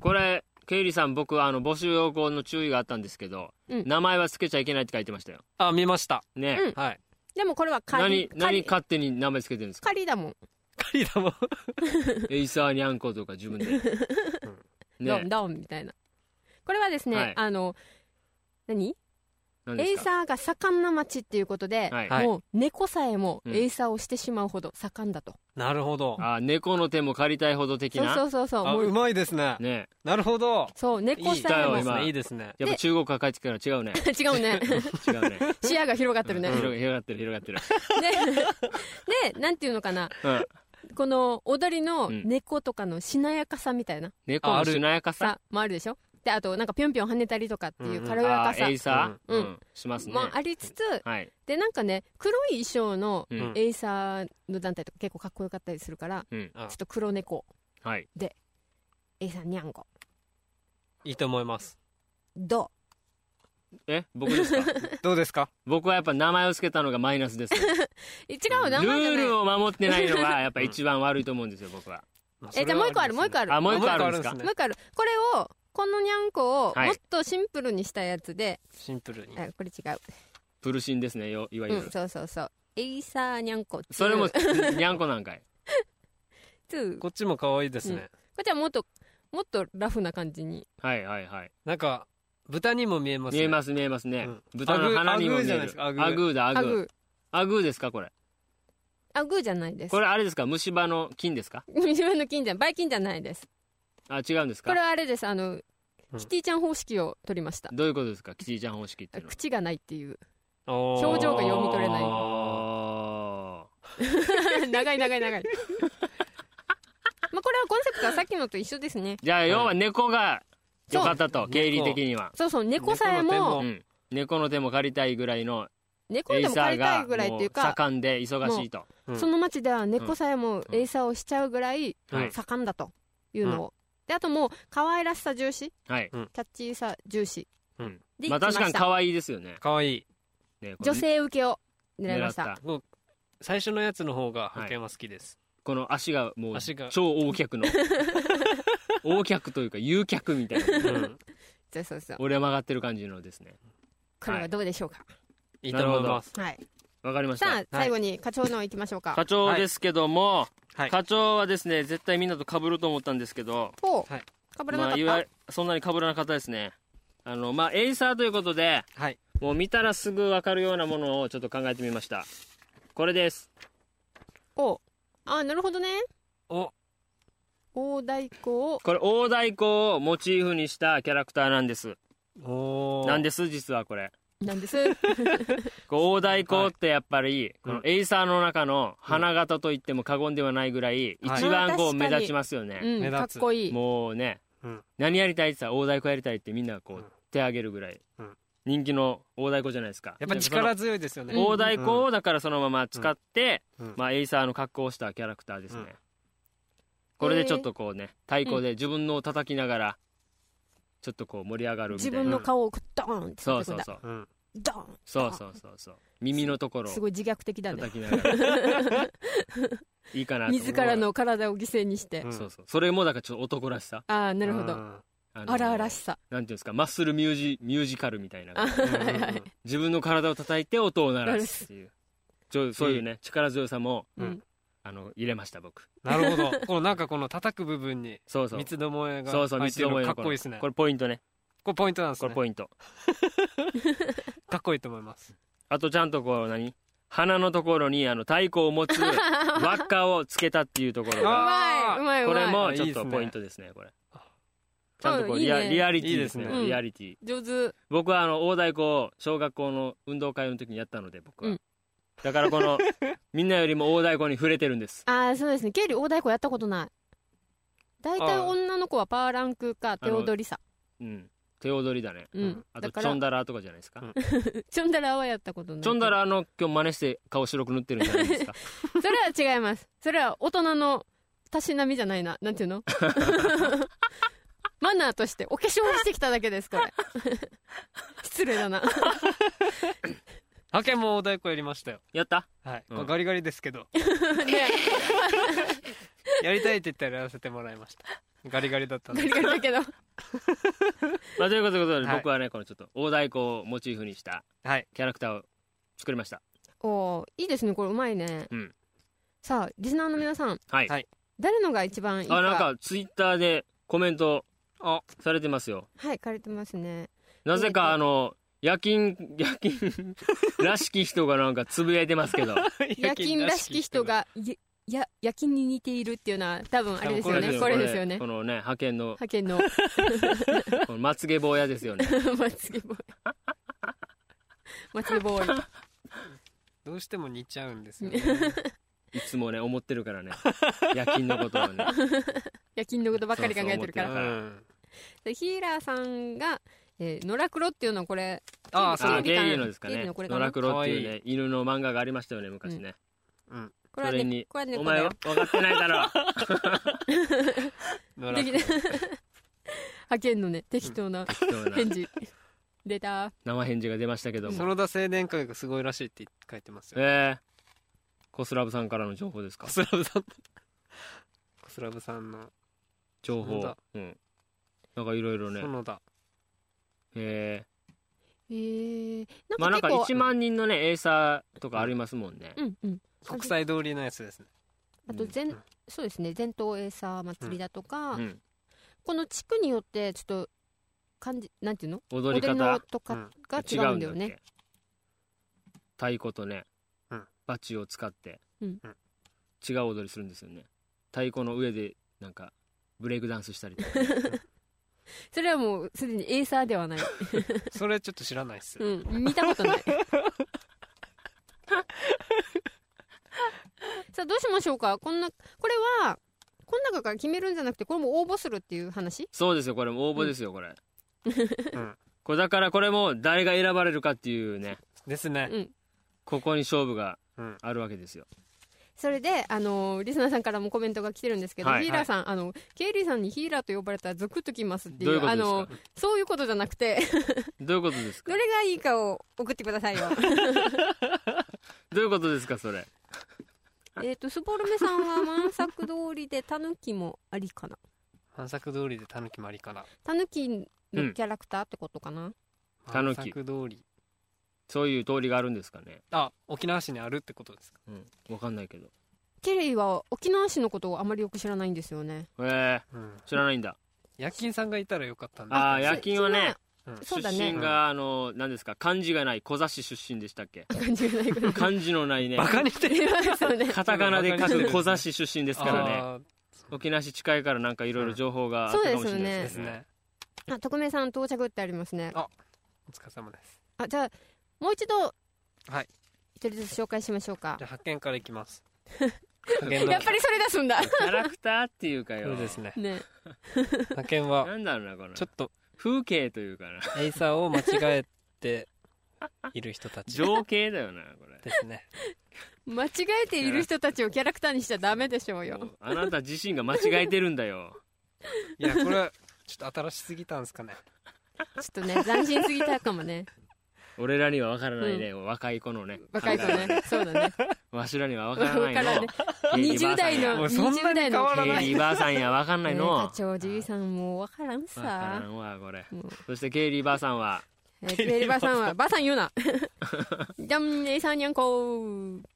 S3: これケイリーさん僕あの募集要項の注意があったんですけど、
S2: うん
S3: 名前はつけちゃいけないって書いてましたよ
S1: あ見ました
S3: ね、
S2: うん
S1: はい
S2: でもこれは仮
S3: 何。何
S2: 仮
S3: 勝手に名前つけてるんですか
S2: 仮だもん。
S1: カリダも
S3: エイサーニャンコとか自分
S2: *laughs*
S3: で、
S2: ドン
S3: ね
S2: ドンみたいな。これはですね、
S3: はい
S2: あの、何
S3: 何
S2: エ
S3: で
S2: イ
S3: すか
S2: サーが盛んな町っていうことで、
S3: はい、
S1: はい
S2: もう猫さえも
S3: うん
S2: エイサーをしてしまうほど盛んだと。
S1: なるほど
S3: あ猫の手も借りたいほど的
S2: そう
S3: な
S2: そうそうそう。
S1: あ
S2: もう
S1: うまいですね
S3: ね
S1: なるほど
S2: そう、猫さえ
S3: い
S1: い
S3: い
S2: も。
S1: いです
S3: 今
S1: ねいいですね
S3: やっぱ中国が帰ってきたから違う
S2: *laughs*
S3: ね
S2: 違う
S3: *laughs*
S2: ね。
S3: 違うね
S2: 視野が広がってるね。
S3: うん広
S2: で
S3: が広がってる広が
S2: *laughs*
S3: ってる、
S2: で、なんていうのかな。
S3: うん、
S2: この踊りの
S3: うん
S2: 猫とかのしなやかさみたいな
S3: 猫のしなやかさ
S2: さもあるでしょで、あとなんかぴょんぴょん跳ねたりとかっていう軽や
S3: あ
S2: かさ
S3: ーエイサー、
S2: う
S3: うんんしますね、
S2: もありつつ、
S3: はい、
S2: で、なんかね、黒い衣装の
S3: うん
S1: うん
S2: エイサーの団体とか結構かっこよかったりするから、
S3: うん
S2: ちょっと黒猫、
S3: はい
S2: エイサーにゃんこ、
S1: いいと思います
S2: ど
S3: え僕ですか *laughs*
S1: どうですか
S3: 僕はやっぱ名前を付けたのがマイナスです
S2: *laughs*
S3: ね
S2: う。違
S3: ル
S2: う、名前じゃ
S3: ー
S2: ない。
S3: ルを守ってないのがやっぱ一番悪いと思うんですよ僕は
S2: え、じゃあもう一個ある、もう一個ある。
S3: あもう一個あるん
S1: で
S3: ですす
S1: か
S3: か
S2: もう一個ある。これを、このにゃんこを
S3: はい
S2: もっとシンプルにしたやつで、
S1: シンプルに
S2: あこれ違う。
S3: プルシンですねよいわゆる、
S2: うん、そうそうそう。エイサーにゃんこ。
S3: それもにゃんこなんかい
S2: ツーこ
S1: こっちも可愛いですね、
S2: うんっちはもっと、もっとラフな感じに。
S3: はいはいはい
S1: なんか豚にも見えますね
S3: 見えます見えますね、
S1: うん
S3: 豚の鼻にも見える
S1: アグーアグーじゃない
S3: アグーだ
S1: ですかアグ
S3: アグ
S2: ア
S3: ー
S2: グ
S3: アグーですかこれ
S2: ー。アグーじゃないです。
S3: これあれですか虫歯の菌ですか
S2: *laughs* 自分の金じゃん、ばい金じゃないです。
S3: あ違うんです
S2: こ
S3: か
S2: れはあれです。あの、
S1: うん
S2: キティちゃん方式を取りました。
S3: どういうことですかキティちゃん方式っていうのは
S2: 口がないっていう。 *laughs*
S1: 表
S2: 表情が読み取れない
S3: あ
S2: 長い長
S3: *laughs*
S2: い長い。まあこれはコンセプトはさっきのと一緒ですね。
S3: ーじゃあ要は猫が良かったと
S1: そう
S3: 経理的には
S2: そうそう、猫さえ
S1: 猫の手
S2: も
S1: も、
S3: うん猫の手も借りたいぐらいの
S2: 猫
S3: エ
S2: で
S3: イ
S2: も
S3: サ
S2: 借
S3: ー
S2: りた
S3: が
S2: いぐらいっていう
S3: も
S2: か
S3: う、盛んで忙しいと
S1: うん
S2: その町では猫さえも
S3: うん
S2: エイサーをしちゃうぐらい
S1: はい
S2: 盛んだというのを。で、あともう、可愛らしさ重視
S3: はい
S2: キャッチーさ重視。
S1: うん
S2: で、
S3: まあ
S2: 行き
S3: 確かに
S2: した
S3: 可愛いですよね
S1: 可愛い
S3: ねこれ
S2: 女性受けを狙いました。
S1: もう最初のやつの方が保険は好
S3: *laughs*
S1: きです、
S3: この足がもう
S1: 足が
S3: 超大脚
S2: *laughs*
S3: の大脚というか U 脚みたいな
S2: *laughs*
S1: うん
S2: そうそうそう。
S3: 俺は曲がってる感じのですね
S2: これはどうでしょうか。
S1: いいと思います
S2: はい。
S3: わかりまし
S2: さ
S3: た
S2: あ、最後に課長の行きましょうか
S3: 課。長ですけども、
S1: はい
S3: 課長はですね絶対みんなと被ると思ったんですけど、
S2: おう
S1: はい
S2: かぶらなか
S3: あ
S2: っ
S3: い
S2: た。
S3: わゆるそんなに被らなかったですねあのまあエイサーということで
S1: はい
S3: もう見たらすぐわかるようなものをちょっと考えてみましたこれです
S2: おうあなるほどね
S1: お
S2: 大太鼓を
S3: これ大太鼓をモチーフにしたキャラクターなんです
S1: お
S3: なんです実はこれ
S2: な
S3: *laughs*
S2: んです
S3: こう大光ってやっぱり、このエイサーの中の花形と言っても過言ではないぐらい、
S1: はい
S3: 一番こ
S2: あー
S3: う
S2: 確か
S3: 目
S2: に
S3: 立ちますよね、
S2: うん
S1: 目
S2: かっ
S1: 立つ
S2: こいい
S3: もうね、
S1: うん
S3: 何やりたいって言ったら大太鼓やりたいってみんなこ
S1: うん
S3: う手挙げるぐらい、
S1: うん
S3: 人気の大太鼓じゃないですか
S1: やっぱ力強いですよ
S3: で
S1: ね、
S3: その大太鼓をだからそのまま使って、
S1: うんうん
S3: まあ、エイサーの格好をしたキャラクターですね、
S1: うん
S3: これでちょっとこうね太鼓で自分のを叩きながらちょっとこう盛り上がるみた
S2: 自
S3: いな
S2: 分の顔をドーンって
S3: そう
S2: 叩
S3: そう
S2: くんだ
S3: そう
S1: うん
S2: ドーン
S3: そうそうそうそう耳のところを
S2: すごい自虐的だね
S3: 叩きながらいいかなと思う
S2: 自らの体を犠牲にして、
S1: うん
S3: そうそうそれもだからちょっと男らしさ
S2: ああなるほど、
S1: うん
S3: あ
S2: 荒々し
S3: さ
S2: さ
S3: なんていうんですかマッスルミュージミュージカルみたいな
S2: あ
S1: うん
S2: はいはい
S3: 自分の体を叩いて音を鳴らすっていうちょそういうね力強さも
S1: うん
S2: うん
S3: あの入れました僕
S1: なるほどこのなんかこの叩く部分に
S3: そうそう
S1: 三つどもえが
S3: そうそう三
S1: 入っ
S3: つ
S1: てる
S3: ど
S1: の
S3: もえ
S1: かっ
S3: の
S1: こ
S3: こ
S1: い
S3: れ
S1: いですね
S3: こ
S1: これ
S3: れポイントね
S1: ポイントなんです
S3: こ
S1: ね
S3: れポイント
S1: かっこいいと思います
S3: あとちゃんとこう何鼻のところにあの太鼓を
S1: *laughs*
S3: 持つ輪っかをつけたっていうところ
S2: う
S3: が
S2: ま
S1: あー
S2: いうまいう
S3: こ
S2: まい
S3: れもちょっ
S1: いいです
S3: と
S1: ね
S3: ポイントですねこれちゃんとこうリ
S2: あ
S3: ア
S2: いいね
S3: リアリティです
S1: い
S3: ね
S1: い
S2: ですね
S3: リアリティ
S2: 上手
S3: 僕はあの大太鼓を小学校の運動会の時にやったので僕は、
S2: うん
S3: だからこのみんなよりも大太鼓に触れてるんです
S2: ああそうですねケイリー大太鼓やったことない大体
S1: あー
S2: 女の子はパーランクか手踊りさ
S3: うん手踊りだね
S2: うん
S3: あ
S2: だ
S3: と
S2: か
S3: チョ
S2: ら
S3: ンダラーとかじゃないですか、
S1: うん
S2: チョンダラはやったことない
S3: チョンダラーの今日真似して顔白く塗ってるんじゃないです
S2: *laughs*
S3: か
S2: それは違いますそれは大人のたしなみじゃないななんていうのマナーとしてお化粧してきただけですこれ *laughs* 失礼
S3: *laughs*
S2: だな
S1: ハケも大太鼓やりましたよ
S3: やった
S1: はい、
S3: うん
S1: まあガリガリですけど
S2: *laughs* ね
S1: *laughs* やりたいって言ったらやらせてもらいましたガリガリだったん
S2: ガ
S1: で
S2: リガリだけど
S3: まあということで
S1: はい
S3: 僕はねこのちょっと大太鼓をモチーフにした
S1: はい
S3: キャラクターを作りました
S2: おーいいですねこれうまいね、
S3: うん
S2: さあリスナーの皆さん
S3: はい、
S1: はい
S2: 誰のが一番いいか
S3: あなんかツイッターでコメント
S1: あ
S3: されてますよ
S2: はい借りてますね
S3: なぜかあの夜勤夜勤らしき人がなんかつぶやいてます
S2: *laughs*
S3: けど
S2: 夜勤らしき人がいや夜勤に似ているっていうのは多分あれですよ
S1: 多
S2: ね
S1: 分
S2: こ
S1: こ
S2: れ
S1: れ
S2: ですよね
S3: このね派遣の
S2: 派遣の
S3: このまつげ坊やですよね
S2: まつげボーイまつげボーイ
S1: どうしても似ちゃうんですよね
S3: いつもね思ってるからね夜勤のことをね
S2: 夜勤のことばっかり考えてるか
S1: う
S2: ら
S3: そうそ
S1: ん
S2: でヒーラーさんが、えー、野良黒っていうのはこれ
S1: ああ
S3: あ
S1: そう
S2: れ
S3: ーゲイリーのですか
S2: ゲイリ
S3: ね
S2: ーのこれか
S3: 野
S2: な
S3: 良黒っていう
S1: かわ
S3: ね犬の漫画がありましたよね昔ね、
S2: これは
S3: それ
S2: ね
S3: に
S2: これはね
S3: お
S2: こ
S3: 前
S2: れ
S3: 分かってないだろ
S1: 野
S2: で
S1: 良
S2: き
S1: *laughs*
S2: 派遣のね適当な
S3: 適当な
S2: 返事出た
S3: 生返事が出ましたけども
S1: 園田青年会がすごいらしいって書いてますよ
S3: えー、コスラブさんからの情報ですか
S1: コスラブさんコスラブさんの
S3: 情
S1: そう
S3: 報
S1: だ
S3: うんなんかいろいろね
S1: 園田
S3: えー
S2: えー、
S3: まあ
S2: な
S3: なんんか
S2: か結構、
S3: 1万人のねエイサーとかありますもんね、
S2: うんうん
S1: 国際通りのやつですね
S2: あと全、
S1: うん
S2: そうですね全島エーサー祭りだとか、
S3: うん
S2: この地区によってちょっと感じなんていうの
S3: 踊り
S2: り
S3: 方
S2: のと
S1: う
S2: か
S1: ん
S2: が違うんだよね、
S3: っけ太鼓とね、
S1: うん
S3: バチを使って、
S2: うん
S1: うん
S3: 違う踊りするんですよね太鼓の上でなんかブレイクダンスしたりとか
S2: それはもうすでにエーサーではない、
S1: それちょっと知らないっす
S2: うん、見たこ
S3: *laughs*
S2: とないさあどうしましょうかこんなこれはこの中から決めるんじゃなくてこれも応募するっていう話
S3: そうですよこれも応募ですよ、これ、
S1: ん
S3: これだからこれも誰が選ばれるかっていうね
S1: ですね
S2: うん
S3: ここに勝負が
S1: うん
S3: あるわけですよ
S2: それで、あのーリスナーさんからもコメントが来てるんですけど、
S3: はい
S2: ヒーラーさん、あのケイリーさんにヒーラーと呼ばれたらゾクッときますってい
S3: ど
S2: う
S3: ういうこと
S2: あ
S3: ですか
S2: のーそういうことじゃなくて *laughs*
S3: どういうことですか
S2: どれがいいかを送ってくださいよ
S3: どういうことですかそれ
S2: *laughs* えっとスボルメさんは満作通りでタヌキもありかな
S1: 反作通りでタヌキもありかな
S2: タヌキのキャラクターってことかな、
S3: タヌキ
S1: 反作通り
S3: そういう通りがあるんですかね
S1: あ沖縄市にあるってことですか
S3: うんわかんないけど
S2: ケリーは沖縄市のことをあまりよく知らないんですよね
S3: えー、
S1: うん
S3: 知らないんだ
S1: 夜勤さんがいたらよかったんだ
S3: ああ夜勤はね
S2: そうだね
S3: 出身があの何ですか漢字がない小座市出身でしたっ
S1: *laughs*
S3: け
S2: 感じがないこと
S3: 漢字のないね
S1: バカにして
S2: *laughs*
S1: る
S2: そうね
S3: カタカナで書く小座市出身ですからね
S1: あー
S3: 沖縄市近いからなんかいろいろ情報があったかもしれない
S1: で
S3: ですすね,、
S1: ね
S2: あ特命さん到着ってありますね
S1: あお疲れ様です
S2: あじゃあもう一度
S1: はい
S2: 一人ずつ紹介しましょうか *laughs*
S1: じゃあ発見からいきます発見の
S2: やっぱりそれ出すん
S1: *laughs*
S2: だ
S3: キャラクターっていうか
S1: そ
S3: よ
S1: うですね
S2: ね
S1: 発見は
S3: なんだろうなこの
S1: ちょっと
S3: 風景というかな
S1: エイサーを間違えている人たちで
S3: 情景だよなこれ
S1: すね
S2: 間違えている人たちをキャラクターにしちゃダメでしょうよ
S3: あなた自身が間違えてるんだ
S2: *laughs*
S3: よ
S1: いやこれはちょっと新しすぎたんですかね
S2: ちょっとね斬新すぎたかもね
S3: 俺らには分からないね、若い子のね
S2: 若い子ねそうだね
S3: わしらには分からない
S2: わから
S3: の
S2: ね
S3: ケイリーばあさ
S2: 20
S3: ん
S2: 代
S3: や
S2: の
S1: もうそんな
S2: 20
S1: に
S2: 代
S1: 変わ
S2: の
S1: らない
S3: ケイリーばあさんや分かんないの
S2: ね課長じいさんもわからん
S3: 分か
S2: さ
S3: らんわこれ
S2: もう
S3: そしてケイリーばあさんは
S2: えーペリバさん
S3: *laughs*
S2: はばあさん言うなじゃんえいさんにゃんこー
S3: っ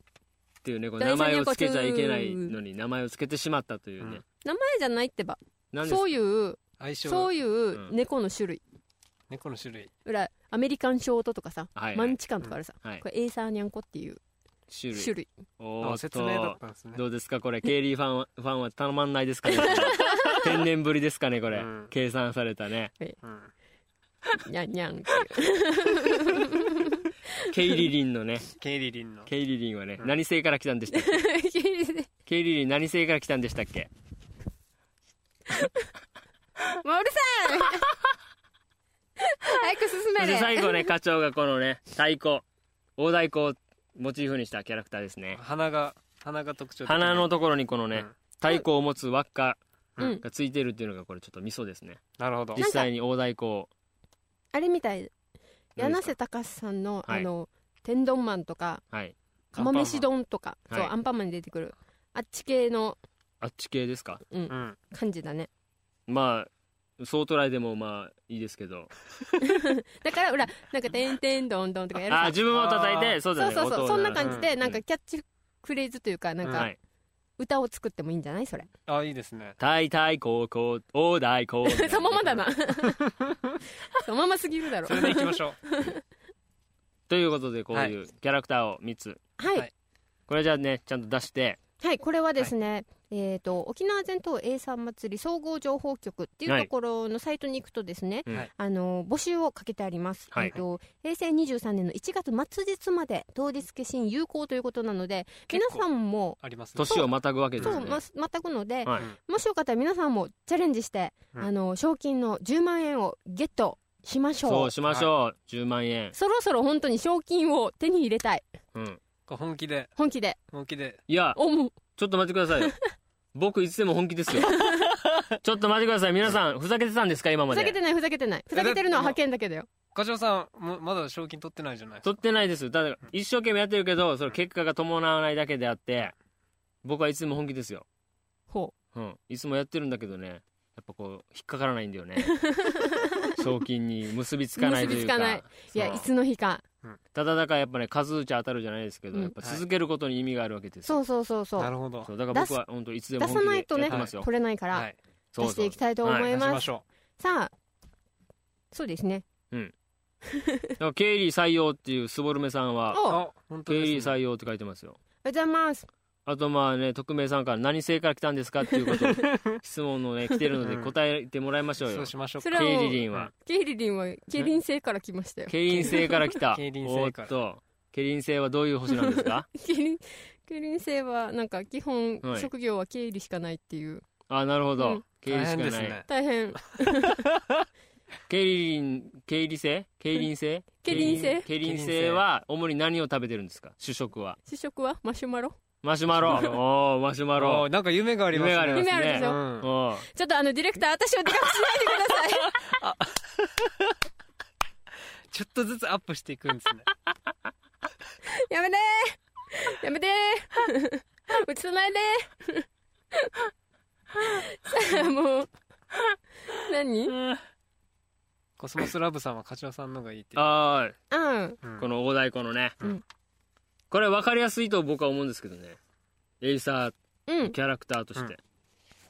S3: ていうねこう名
S2: 大事な
S3: 前をつけちゃいけないのに名前をつけてしまったというね、
S2: 名前じゃないってば
S3: なんです
S2: そういう
S1: 相性
S2: そういううん猫の種類
S1: 猫の種類
S2: ほらアメリカンショートとかさ
S3: はいはい
S2: マンチカンとかあるさ
S3: はい
S2: これエイサーニャンコっていう
S3: 種類
S2: 種類
S3: おー
S1: の
S3: っ
S1: 説明だっ
S3: と
S1: たんですね
S3: どうですかこれケイリーファンはファンはたまんないですかね
S2: *laughs*
S3: 天然ぶりですかねこれ、
S1: うん
S3: 計算されたね
S1: うん
S2: ニャンニ *laughs* ャンって
S3: ケイリリンのね
S1: ケイリリンの
S3: ケイリリンはね、
S1: うん
S3: 何星から来たんでしたっけ
S2: いう
S3: ケイリリン何星から来たんでしたっけ
S2: もううるさい *laughs* 早く進
S3: そ
S2: め
S3: して
S2: れ
S3: 最後ね課長がこのね太鼓大太鼓をモチーフにしたキャラクターですね
S1: 鼻が鼻が特徴的
S3: 鼻のところにこのね、
S1: うん
S3: 太鼓を持つ輪っか
S2: うん
S3: がついてるっていうのがこれちょっとミソですね
S1: なるほど
S3: 実際に大太鼓を
S2: あれみたい
S3: 何ですか
S2: 柳瀬隆さんの
S3: は
S2: あ
S3: い
S2: の天丼マンとか
S3: はい
S2: 釜飯丼とか
S3: アンパンマン
S2: そう
S3: はい
S2: アンパンマンに出てくるあっち系の
S3: あっち系ですか
S1: うん
S2: 感じだね
S3: まあそう捉えてもまあいいですけど
S2: だから裏なんか「てんてんどんどん」とかやる
S3: あ
S2: さ
S3: 自分を叩いてそうだ
S2: そう
S3: ね
S2: そうそう
S3: 音
S2: そ
S3: を
S2: ん
S3: 鳴
S2: な
S3: らす
S2: 感じで
S3: うん
S2: なんかキャッチフレーズというかなん
S3: は
S2: か
S3: い
S2: 歌を作ってもいいんじゃないそれ
S1: あいいですね
S3: 大太鼓こう大太鼓みたいなね
S2: *laughs* そのままだなそのまますぎるだろ
S1: それでいき
S3: *laughs*
S1: ましょう
S3: ということでこういうキャラクターを3つ
S2: はい
S1: はい
S3: これじゃあねちゃんと出して
S2: はい、これはですね、えー、と沖縄全島 A 産祭り総合情報局っていうところのサイトに行くとですね、
S3: はい
S2: あの募集をかけてあります、
S3: はい
S2: えー、と平成23年の1月末日まで当日消印有効ということなので皆さんも
S1: ありますね
S3: 年をまたぐわけです
S2: そう、
S3: ね
S2: ままたくので、
S3: はい
S2: もしよかったら皆さんもチャレンジして、
S1: うん
S2: あの賞金の10万円をゲットしましょう
S3: そうしましょう10万円
S2: そろそろ本当に賞金を手に入れたい
S3: うん
S1: こう本気で
S2: 本気で
S1: 本気で
S3: いや
S2: 思う
S3: ちょっと待ってください
S2: *laughs*
S3: よ僕いつでも本気ですよちょっと待ってください皆さんふざけてたんですか今
S2: ふ
S3: ま
S2: ざけ
S3: で
S2: てないふざけてないふざけてるのは派遣だけだよ
S1: 課長さんもまだ賞金取ってないじゃない
S3: 取ってないですただ一生懸命やってるけどそれ結果が伴わないだけであって僕はいつでも本気ですよ
S2: ほ
S3: うん、いつもやってるんだけどねやっぱこう引っかからないんだよ
S2: *laughs*
S3: ね賞金に結びつかないというか
S2: 結びつかなういや
S3: そう
S2: いつの日か
S3: ただだからやっぱね数打ち当たるじゃないですけど、
S2: うん
S3: やっぱ続けることに意味があるわけですよ、
S2: そうそうそうそう
S1: なるほど
S3: そうだから僕は本当いつでも
S2: 出さないと
S3: や
S2: ね
S3: ってますよ、
S2: 取れないから、
S1: はい
S3: そう
S2: 出していき
S3: そ
S2: たいと思
S3: はい
S1: 出し
S2: ます,、
S1: ましょ
S2: さあそうですね
S3: うだから経理採用っていうスボルメさん
S2: お
S3: は
S1: う
S2: おはよ
S1: あ本当
S3: 経理
S1: ですね
S3: 採用って書いてますよ
S2: うございます
S3: あとまあね匿名さんから何姓から来たんですかっていうことを質問のね来てるので
S1: うん
S3: 答えてもらいましょう
S1: そ
S3: よ
S1: うしましょう
S2: そ
S1: か
S2: れ
S3: 経
S2: は
S3: 理
S2: も
S3: 林は
S2: うケイリリンはケイリン星から来ましたよ
S3: 経理星から来た
S1: 競輪星から
S3: おーっと経理星はどういう星なんですか
S2: ケイリンケイリン星はなんか基本
S3: はい
S2: 職業は経理しかないっていう
S3: あなるほ
S2: う
S3: ど
S2: ん
S3: 経理
S1: 大
S3: しかな
S1: 変で
S3: い、
S1: すね
S2: 大変
S3: 経理人経理性経理人性
S2: 経理人性
S3: 経理人性は主に何を食べてるんですか主食は
S2: 試食はマシュマロ
S3: マシュマロ
S1: マシュマ
S3: おおーマシュマ
S1: お
S3: ロ
S1: ーなんか夢がありますね
S3: 夢があります
S2: 夢あるでし
S3: ね
S2: ょ
S1: うん
S3: おー
S2: ちょっとあのディレクター私をでかくしないで
S3: *laughs*
S2: ください
S1: ちょっとずつアップしていくんですね *laughs*
S2: やめてーやめてー *laughs* 映さないでー
S3: *laughs*
S2: さあもう何
S1: コスモスラブさんは課長さんのがいいっていう
S3: あ
S2: うん
S1: うん
S3: ーこの大太鼓のね、
S2: うん
S3: これ分かりやすいと僕は思うんですけどねエイサ
S2: う
S3: ー
S2: ん
S3: キャラクターとして、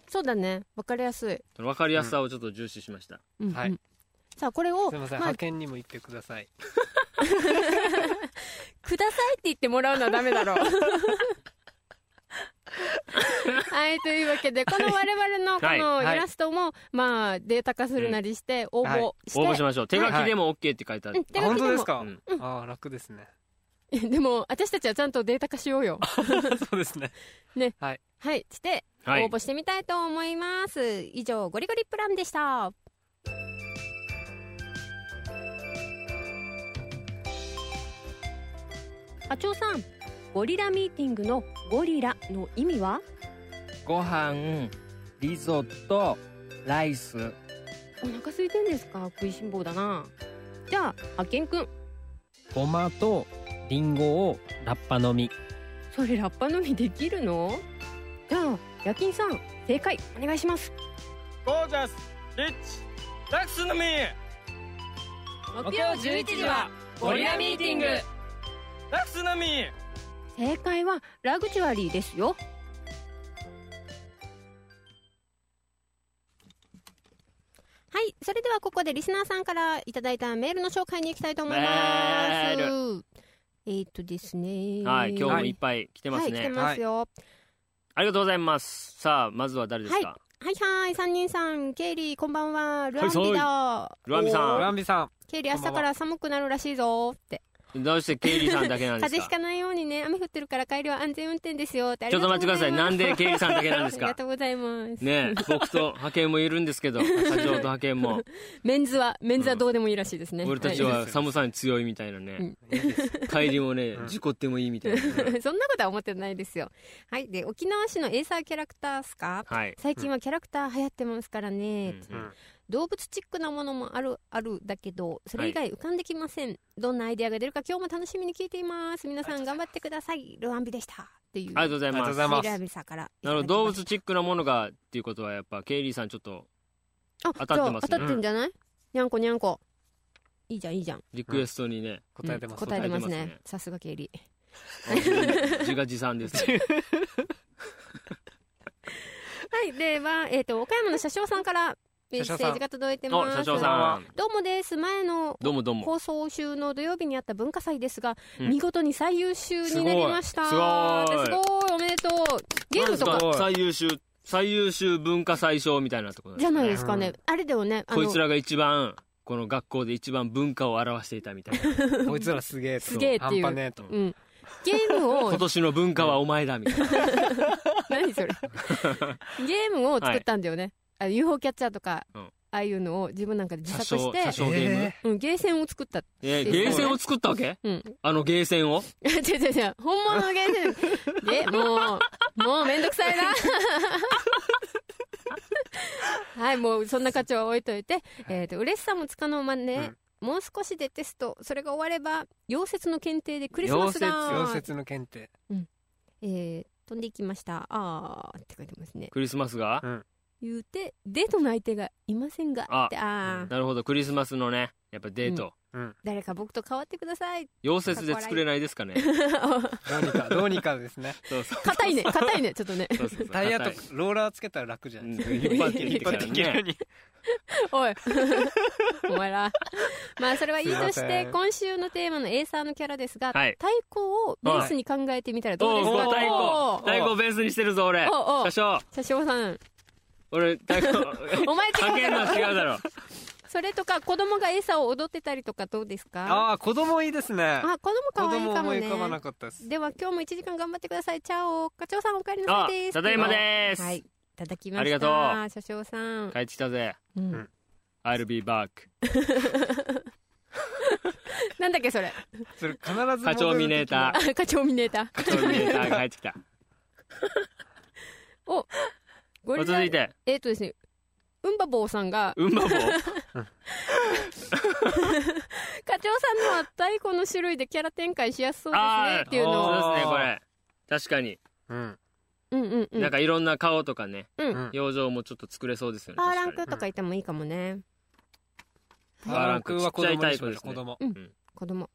S2: そうだねわかりやすい
S3: その分かりやすさをちょっと重視しました、
S2: うん
S1: はい
S2: うんさあこれを
S1: すいません、
S2: まあ
S1: 派遣にも行ってく
S2: *laughs*
S1: ださい
S2: くださいって言ってもら
S1: *laughs*
S2: うのはダメだろう。はい、というわけで、この我々のこ
S3: はい
S2: の
S1: はい
S2: イラストも、まあ、データ化するなりして、応
S1: はい
S2: 募して、
S3: 応募しましょう手書きでも OK って書いてあ
S2: う
S3: る
S2: ん、手
S1: あ
S2: 書
S1: 本
S2: き
S1: 当
S2: で
S1: で
S2: も
S1: す。か、
S3: うん
S1: ああ楽ですね
S2: *laughs* でも、私たちはちゃんとデータ化しようよ。
S1: *laughs* そうですね
S2: はい、して、応
S3: はい
S2: 募してみたいと思います。以上、ゴリゴリプランでした。あちょうさん、ゴリラミーティングのゴリラの意味は
S4: ご飯リゾットライス
S2: お腹空いてんですか食いしん坊だなじゃああけんくん
S4: ごまとリンゴをラッパ飲み
S2: それラッパ飲みできるのじゃあ夜勤さん正解お願いします
S6: ゴージャスリッチラクスのみ
S2: 木曜11時は
S1: ゴリラミーティング
S6: ラクスのみ
S2: 正解はラグジュアリーですよはいそれではここでリスナーさんからいただいたメールの紹介に行きたいと思います
S3: メ
S2: えーっとですね
S3: はい今日もいっぱい来てます
S2: はい来て
S3: ね
S2: ますよ、
S3: ありがとうございますさあまずは誰ですか
S2: はいはい、三人さん、ケイリー、こんばんは、ルアン
S3: はい
S2: ビだ。
S3: ルアンビさん
S1: ランビさん
S2: ケイリー、明日から寒くなるらしいぞって。
S3: どうしてケイリーさんだけなんで
S2: 風
S3: す
S2: *laughs* 邪ひ
S3: か
S2: かないようにね、雨降ってるから帰りは安全運転ですよって。
S3: ちょっと待ってくださいなん
S2: で
S3: でケイリーさんだけなんです
S2: *laughs* あり
S3: か
S2: がとうございます。
S3: ねえ僕と派遣もいるんですけど社長と派遣も
S2: メンズは、メンズはどうでもいいらしいですね。
S3: 俺たちは寒さに強いみたいなね
S1: いいです
S3: 帰りもね
S1: うん
S3: 事故ってもいいみたいな
S2: はい *laughs* そんなことは思ってないですよ。はい、で、沖縄市のエイサーキャラクターっすか
S3: はい
S2: 最近はキャラクター流行ってますからね。
S3: うんうん
S2: 動物チックなものもあるあるだけどそれ以外浮かんできません、どんなアイデアが出るか今日も楽しみに聞いています皆さん頑張ってくださいルアンビでしたっていう
S3: ありがとうござい
S1: ありがと
S3: ま
S1: うご
S3: す
S1: ざいます
S2: ラビサからい
S3: な
S2: ただ
S3: るほど
S2: きました
S3: 動物チックなものがっていうことはやっぱケイリーさんちょっと当
S2: あ
S3: たってますね
S2: じゃあ当たってんじゃない、にゃんこにゃんこいいじゃんいいじゃん
S3: リクエストにね
S1: 答えてま
S2: う
S1: す、
S2: ん答えてま
S3: 答えてま
S2: す
S3: す
S2: ね
S3: ね
S2: さすが経理
S3: 自画自賛です
S2: *laughs*
S3: ね
S2: はいでは、えー、と岡山の車掌さんからメッセ
S1: 車掌さ
S2: ー
S1: ん
S2: ジが届いて
S3: お
S2: ます
S3: 社長さん
S2: どうもです前の
S3: どうもどうも
S2: 放送週の土曜日にあった文化祭ですが、
S3: うん
S2: 見事に最優秀になりました
S3: すごい
S2: ですごいおめでとうゲームと
S3: なん
S2: か
S3: です最優秀最優秀文化祭賞みたいなところ
S2: じゃないですかね、あれだよねあ
S3: こい
S2: の
S3: つらが一番この学校で一番文化を表していたみたいな
S1: こいつらすげえと
S2: すげえっていう
S1: 半端ねえと
S2: うんゲー
S3: *laughs*
S2: ム
S3: 今
S2: を
S3: 年の文化はお前だみたいな
S2: *laughs* 何それゲームを作ったんだよね、あ UFO キャッチャーとか、
S3: うん
S2: ああいうのを自分なんかで自
S3: 車
S2: 作
S3: 掌
S2: し
S3: 車
S2: て、
S3: 掌ゲーム
S2: うん、ゲーセンを作った
S3: えーゲーセンを作ったわけ
S2: うん
S3: あのゲーセンを
S2: 違う違う違う本物のゲーセンえもうもうめんどくさいなはいもうそんな課長は置いといて、えー、と嬉しさもつかの間ね、もう少しでテストそれが終われば溶接の検定でクリスマスだ
S1: 溶接の検定
S2: えー、飛んでいきましたあーって書いてますね
S3: クリスマスが
S2: 言うてデートの相手がいませんが
S3: あ
S2: ってあー
S3: なるほどクリスマスのねやっぱデート
S2: 誰か僕と変わってください *laughs*
S3: 溶接で作れないですかね
S1: どうにかどうにかですね
S3: そうそう
S2: 硬いね硬いねちょっとね
S3: そうそうそう
S1: タイヤと
S3: 硬い
S1: ローラーつけたら楽じゃ
S3: う
S1: ない
S3: ん
S1: ですか
S3: 引っ張ってきてから
S1: 引っ張ってきて
S3: ね *laughs*
S2: おいお前らまあそれはいいとし
S1: すいませ
S2: て
S1: ん
S2: 今週のテーマのエイサーのキャラですが、
S3: はい
S2: 太鼓をベースに考えてみたらどう
S3: お
S2: で
S3: う
S2: す
S3: こ
S2: か
S3: う太鼓
S2: お
S3: *laughs*
S2: ー
S3: 太鼓ベースにしてるぞ俺
S2: おうおう
S3: 車掌
S2: 車掌さん
S3: 俺太
S2: *laughs*
S3: 鼓
S2: お前
S3: かけ
S2: 違
S3: る
S2: う
S3: の
S2: だろ
S3: 違うだろ
S2: それとか子供がエイサーを踊ってたりとかどうですか
S1: ああ子供いいですね
S2: あ子供
S1: 子
S2: 可愛
S1: 供
S2: いかも
S1: 思い
S2: ね
S1: 浮かばなかったです
S2: では今日も1時間頑張ってくださいチャオ課長さんお帰り
S3: あ
S2: なさいです
S3: ただいまで
S2: は
S3: す
S2: いいただきました
S3: ありがとう
S2: 車掌さん、
S3: 帰ってきたぜ
S2: うん
S1: うん
S3: I'll be back
S2: なんだっ
S3: *laughs*
S2: けそれ
S1: それ必ず戻る時が
S3: 課長ミネータ
S2: あ課長ミネーター
S3: ー課長ミネーターが帰ってきた
S2: ゴリ
S3: 続
S2: ラ
S3: いて
S2: えっとですねウンバボーさんが
S3: うん
S2: *laughs*
S3: まぼ
S2: 課長さんのは太鼓の種類でキャラ展開しやすそうですね
S3: ああ
S2: っていうのを
S3: そうですね
S1: あー
S3: これ確かに
S1: うん
S2: うんうんうん
S3: なんかいろんな顔とかね
S2: うん
S1: うん
S3: 表情もちょっと作れそうですよね
S2: パーラン
S3: 確か
S2: クとかいてもいいかもね
S1: パーランクは子供にしましょ
S3: ちっちゃいタイプ
S1: う
S3: ですね
S1: 子供
S2: 子供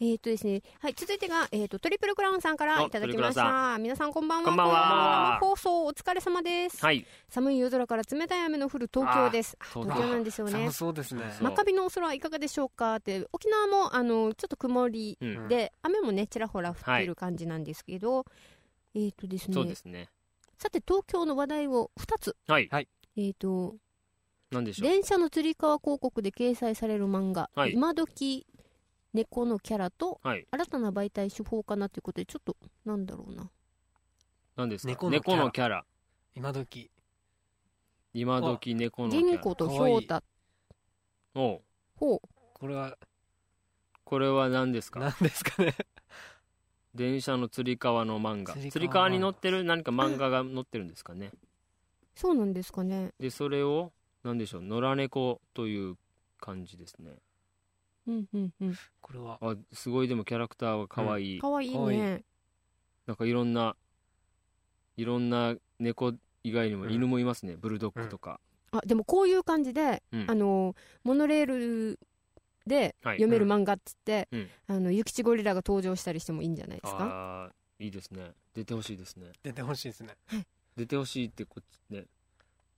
S2: えっ、とですね、はい、続いてが、えっ、と、トリプルクラウンさんから
S3: お
S2: いただきまし
S3: トリプルクラ
S2: た。皆さんこんばんは。
S3: こんばんは
S2: 生放送お疲れ様です。
S3: はい
S2: 寒い夜空から冷たい雨の降る東京です。あ
S1: そうだ
S2: 東京なんですよね
S1: 寒。そうですね
S3: そう
S2: 真壁のお空はいかがでしょうかって、沖縄も、あの、ちょっと曇り
S3: うん
S1: うん
S2: で、雨もね、ちらほら降ってる感じなんですけど、えっ、とです
S3: そう
S2: ね
S3: ですね
S2: さて、東京の話題を2つ。
S3: はい
S2: えっ、と、
S3: なんでしょう
S2: 電車のつり革広告で掲載される漫画、
S3: はい
S2: 今時猫のキャラと
S3: はい
S2: 新たな媒体手法かなということでちょっとなんだろうな
S3: なんですか
S1: 猫
S3: 猫
S1: のキャラ
S3: のキャラ
S1: 今時
S3: 今時猫のキ
S2: 銀
S3: ャラ
S2: 子と
S1: かわいい
S2: 翔太
S3: おう
S2: ほう
S1: これは
S3: これは何ですか
S1: 何ですかね
S3: 電車のつり革の漫画
S1: つり革
S3: つり革に載ってる何か漫画が載ってるんですかね
S2: そうなんですかね
S3: でそれを何でしょう野良猫という感じですね
S2: うんうんうん
S1: これは
S3: あすごいでもキャラクターは可愛い、
S2: かわいい
S1: かわい
S2: ね
S3: なんかいろんないろんな猫以外にも
S1: うん
S3: 犬もいますね、ブルドッグとか、
S2: あでもこういう感じで、
S3: うん
S2: あのモノレールで
S3: はい
S2: 読める漫画っつって、
S3: うん
S2: あの諭吉ゴリラが登場したりしてもいいんじゃないですか
S3: あーいいですね出てほしいですね
S1: 出てほしいですね
S3: 出てほしいってこっちね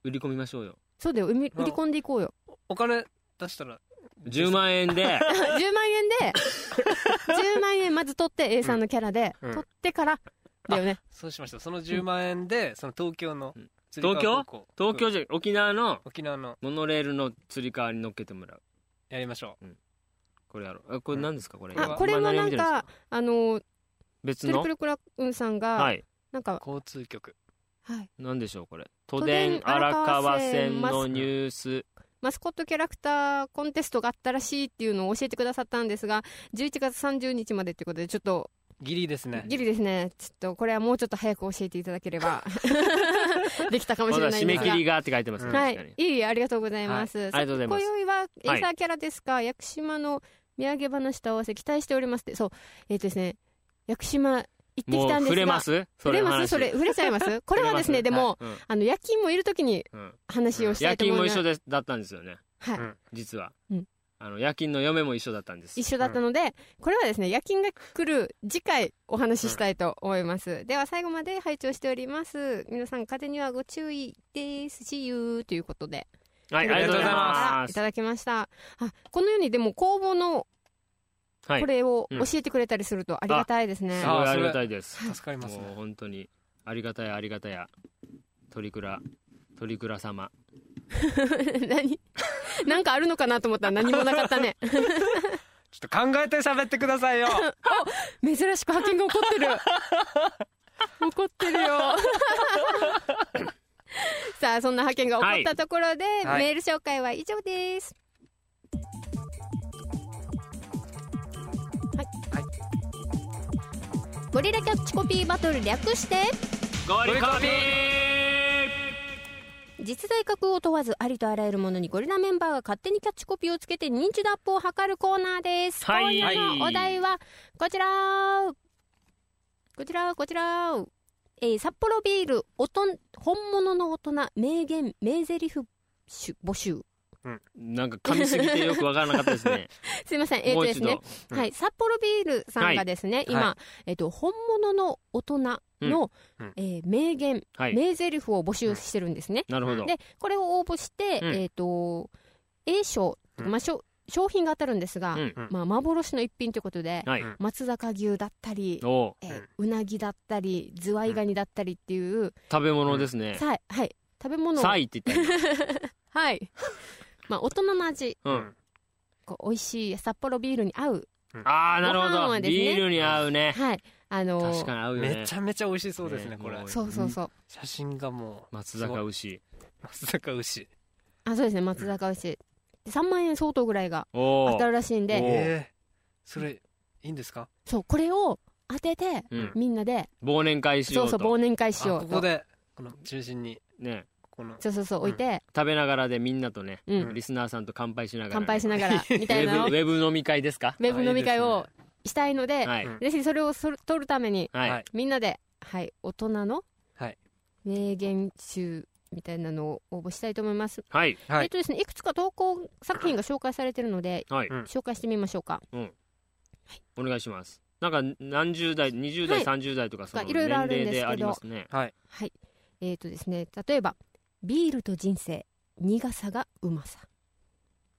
S3: 売り込みましょうよ
S2: そうだよ売り売り込んでいこうよ *laughs*
S1: お金出したら
S3: 10万円で
S2: 10万円で10万円まず取って A さんのキャラで、
S1: うんうん
S2: 取ってからだよね
S1: そうしましたその10万円でその東京の
S3: うん
S1: つり革
S3: 東京
S1: 高校
S3: 東京
S1: うん
S3: じゃ沖縄の
S1: 沖縄の
S3: モノレールのつり革に乗っけてもらう
S1: やりましょ
S3: これやろうあこれ何ですかこれ、
S1: あ
S3: 今
S2: これは
S3: 今何
S2: なん
S3: 見
S2: か
S3: てるです
S2: あの
S3: 別
S2: トリ
S3: の
S2: プルクラウンさん
S3: は
S2: が
S3: い
S2: なんか、
S1: う交通局
S2: はい
S3: 何でしょうこれ都
S2: 都
S3: 電
S2: 電
S3: 荒川線
S2: 荒川
S3: の
S2: 線
S3: ニュース
S2: マスコットキャラクターコンテストがあったらしいっていうのを教えてくださったんですが11月30日までってことでちょっと
S1: ギリですね
S2: ギリですねちょっとこれはもうちょっと早く教えていただけ
S3: *laughs*
S2: ればできたかも
S3: ま
S2: しれ
S3: だ
S2: ない
S3: 締
S2: んで
S3: め
S2: す
S3: 切
S2: が
S3: りがって書いてますね、
S2: は
S3: 確かに
S2: い、いいありがとうございます、
S3: ありがとうございま
S2: 今
S3: す
S2: 宵はエイサーキャラですが、屋久島の土産話と合わせ期待しておりますってそうえっ、とですね屋久島行ってき
S3: もう
S2: たんで
S3: 触
S2: すが
S3: れますそ
S2: 触
S3: れ
S2: れ
S3: の
S2: ます
S3: 話
S2: それ触れちゃ
S3: *laughs*
S2: いますこれはですねで
S3: 触れ
S2: も、
S3: ますはい
S2: あの夜勤もいるときに
S3: うんうん
S2: 話をしたい
S3: 夜
S2: と思
S3: 勤
S2: い
S3: も
S2: ま
S3: 一
S2: す、
S3: 緒でだったんですよね
S2: はい、
S1: うん
S3: 実は、
S2: うん
S3: あの夜勤の嫁も一緒だったんです
S2: 一緒だったので、これはですね夜勤が来る次回お話ししたいと思います、では最後まで拝聴しております皆さん風にはご注意です See you ということで
S3: はいありがとうございま
S2: い
S3: す
S2: ただきましたあこのようにでも工房の
S3: はい
S2: これを
S3: うん
S2: 教えてくれたりするとありがたいですね、
S3: す
S2: *laughs*
S1: あ
S3: ごいありがたいです
S1: 助かります
S3: もう
S1: ね
S3: 本当にありがたやありがたや鳥倉鳥倉様
S2: 何なんかあるのかなと思ったら何もなかっ
S3: *laughs*
S2: たね
S1: ちょっと考えて喋ってくださいよ
S2: 珍しく派遣が怒っ
S3: *laughs*
S2: てる怒ってるよさあそんな派遣が怒ったところで、
S1: はい
S2: メール紹介は以上ですはい、ゴリラキャッチコピーバトル略して
S3: ゴリコピ
S2: 実在格を問わずありとあらゆるものにゴリラメンバーが勝手にキャッチコピーをつけて認知度アップを図るコーナーです、
S3: はい
S2: 今夜のお題はこちらこちらこちらえー札幌ビールおとん本物の大人名言名台詞集募集
S3: ーなんか噛みすぎてよくわからなかったですね
S2: すいま *laughs* せんえー
S3: も
S2: と
S3: う
S2: です
S3: 一度、
S2: ね、
S1: うん
S2: はい札幌ビールさんがですね、今、えっと本物の大人の、
S1: うんうん
S2: えー名言
S3: はい
S2: 名台詞を募集してるんですね、
S3: なるほど
S2: でこれを応募して、
S3: うん
S2: えっ、と A 賞、
S1: うん
S2: まあ、商商品が当たるんですが、
S3: うん
S2: まあ、幻の一品ということで、
S3: はい
S1: うん
S2: 松坂牛だったり、
S3: おう
S2: えーうなぎだったりズワイガニだったりっていう、
S3: 食べ物ですね
S2: さいはい、食べ物を
S3: サイって言った今
S2: はい、 *laughs* まあ、大人の味
S3: うん
S2: こう美味しい札幌ビールに合う、
S3: ああなるほ
S2: ご飯
S3: ど、
S2: はですね
S3: ビールに合うね
S2: はいあのー
S3: 確かに合うよね
S1: めちゃめちゃ美味しそうですね
S3: ね
S1: これ
S3: も
S2: そうそうそう
S1: 写真がもう
S3: 松坂牛
S1: 松坂牛
S2: あそうですね松坂牛、で3万円相当ぐらいが
S3: お
S2: 当
S3: お
S2: たるらしいんで
S3: お
S1: ええそれいいんですか
S2: そうこれを当てて、
S3: うん
S2: みんなで
S3: 忘年会し
S2: そ
S3: よ
S2: う
S3: う
S2: そう
S3: と
S2: 忘年会
S1: あ
S2: しよう
S1: ことこでこの中心に
S3: ね
S1: この
S2: そうそうそう置いて、
S3: 食べながらでみんなとね、
S2: うん
S3: リスナーさんと乾杯しながら、
S2: 乾杯しな
S3: が
S2: がらみたいなの
S3: ウ
S2: を
S3: ェブウェブ飲み会ですか
S2: ウェブ飲み会をしたいので
S3: はい、
S1: うん
S2: ぜひそれをそ取るために
S3: はい、
S1: はい
S2: みんなで、はい、大人の
S1: はい
S2: 名言集みたいなのを応募したいと思います、
S3: はい
S1: はい
S2: えっとですねいくつか投稿作品が紹介されてるので
S3: はい
S1: うん
S2: 紹介してみましょうか、
S3: うんお願いしますなんか何十代20代、
S2: はい
S3: 30代とかその
S2: い
S3: 年
S2: ろいろあ
S3: 齢
S2: るんですけ
S3: で
S2: ど
S3: ありますね
S2: はいえーとですね例えば「ビールと人生苦さがうまさ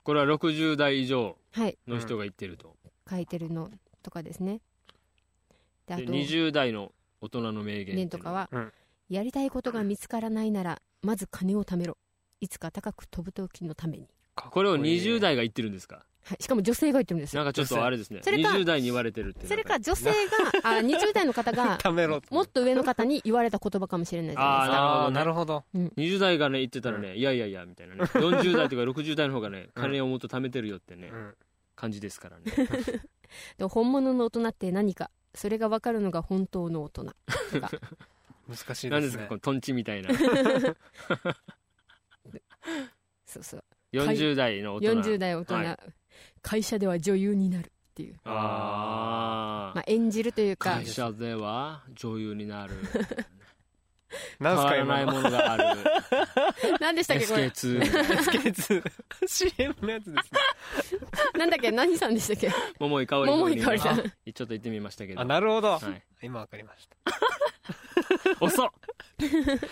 S3: これは60代以上」
S2: はい
S3: の人が言ってると、
S2: 書いてるのとかですねであと
S3: で20代の大人の名言っていうの
S2: 年とかは、
S1: うん
S2: やりたいことが見つからないならまず金を貯めろいつか高く飛ぶ時のために、
S3: これを20代が言ってるんですか
S2: はい、しかも女性が言ってるんです
S3: なん
S2: よ
S3: かちょっとあれですね
S2: それか
S3: 20代に言われてるっていう
S2: それ
S3: なん
S2: か女性があ20代の方 *laughs* が
S4: ためろ
S2: もっと上の方に言われた言葉かもしれないじゃないですか
S3: あ
S1: あ
S3: ー
S1: ー
S3: な
S1: な
S3: る
S1: るほど
S3: 20代がね言ってたらね、いやいやいやみた
S2: *laughs*
S3: いなね40代とか60代の方がね
S1: うん
S3: 金をもっと貯めてるよってね、
S1: うん
S3: 感じですからね
S2: でも本物の大人って何かそれが分かるのが本当の大人とか
S1: 難しい
S3: 何
S1: で
S3: ですすか
S1: ね
S3: このトンチみた
S2: *laughs*
S3: いな
S2: そうそう
S3: 40代の大人
S2: 40代大人、
S3: はい
S2: 会社では女優になるっていう、
S3: あー、
S2: まあ、演じるというか
S3: 会社では女優になる変
S1: 何す
S3: わ
S1: から
S3: な
S1: 今
S3: い *laughs*
S1: の
S3: ものがある
S2: *laughs* 何でしたっけこれ
S3: SK2
S1: CM のやつですね
S2: なんだっけ何さんでしたっけ
S3: 桃井かおり
S2: 桃井かおりさん
S3: ちょっと言ってみましたけど
S1: あなるほど
S3: はい、
S1: 今わかりました
S3: 遅っ
S2: *laughs*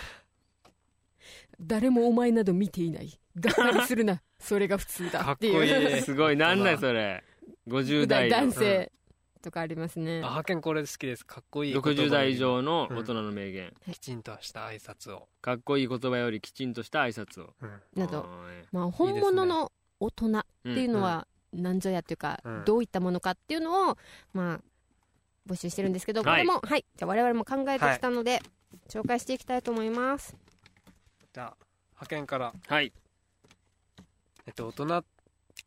S2: 誰もお前など見てい *laughs* ないがっかりするなそれが普通だっていう
S1: かっこい
S3: *laughs*
S1: い
S3: すごいなんだよそれ50代の
S2: 男性とかありますね、
S1: あ派遣これ好きですかっこいい言葉
S3: 60代以上の大人の名言、
S1: きちんとした挨拶を
S3: かっこいい言葉よりきちんとした挨拶を
S1: うん
S2: な
S3: あ
S2: ど、
S3: ーね
S2: まあ、本物の大人
S3: うん
S2: っていうのは何ぞやっていうか、
S1: うん
S2: どういったものかっていうのをまあ募集してるんですけど、
S3: はい
S2: これもはいじゃあ我々も考えてきたので、紹介していきたいと思います
S1: じゃあ派遣から
S3: はい
S1: えっと大人っ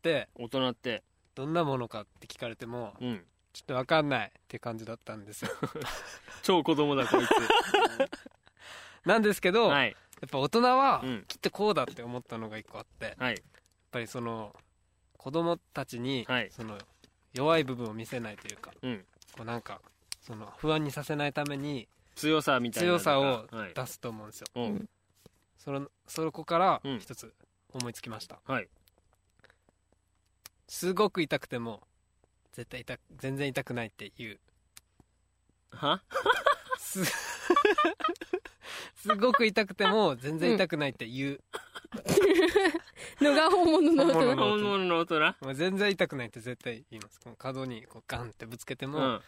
S1: て
S3: 大人って
S1: どんなものかって聞かれても
S3: うん
S1: ちょっとわかんないって感じだったんで
S3: *laughs*
S1: すよ
S3: 超子供だこい
S1: なんですけ
S3: つ
S1: ど、や
S3: はい
S1: っぱ大人は
S3: うん
S1: きっとこうだって思ったのが一個あってやっ
S3: はい
S1: ぱりその子供たちに
S3: はい
S1: その弱い部分を見せないというか、
S3: うん
S1: こうなんかその不安にさせないために
S3: 強さみたいなの
S1: 強
S3: と
S1: さ
S3: か
S1: を
S3: はい
S1: 出すと思うんですよ、
S3: うん
S1: そのそこから
S3: うん
S1: 一つ思いつきました、
S3: はい
S1: すごく痛くても絶対痛く全然痛くないっていう
S3: は *laughs*
S1: すすごく痛くても全然痛くないっていう、
S2: のが本物 *laughs* の大
S1: 本
S2: 人
S1: 物の
S3: 本物の大人
S1: まあ全然痛くないって絶対言いますこの角にこうガンってぶつけて
S3: う
S1: も、
S3: ん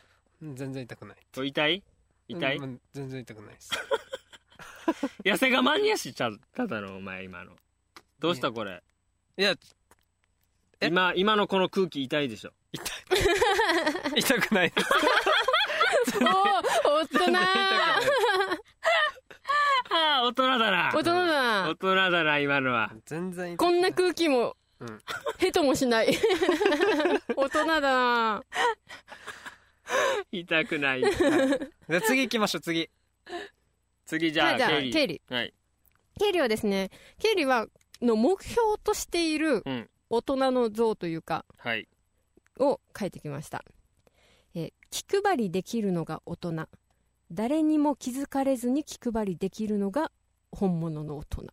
S1: 全然痛くない
S3: これ痛い痛い、
S1: うんまあ全然痛くな
S3: *laughs*
S1: いです
S3: 痩せ我慢やしちゃっただろお前今のどうしたこれ、
S1: いやえ
S3: 今今のこの空気痛いでしょ
S1: 痛くないです
S2: おー大
S1: *laughs*
S2: 人
S3: ああ大人だな
S2: 大人だ
S3: 大
S2: な
S3: 人だな今のは
S1: 全然痛く
S2: こ
S1: ない
S2: んな空気も
S1: うん
S2: *laughs* へともしない大人だな
S3: 痛くない
S1: じゃあ次行きましょう次
S3: 次じ
S2: は
S3: ゃあ
S2: いじゃあ
S3: 経理
S2: 経理
S3: はい
S2: 経理はですね経理はの目標としている
S3: うん
S2: 大人の像というか
S3: はい
S2: を書いてきました、えー気配りできるのが大人誰にも気づかれずに気配りできるのが本物の大人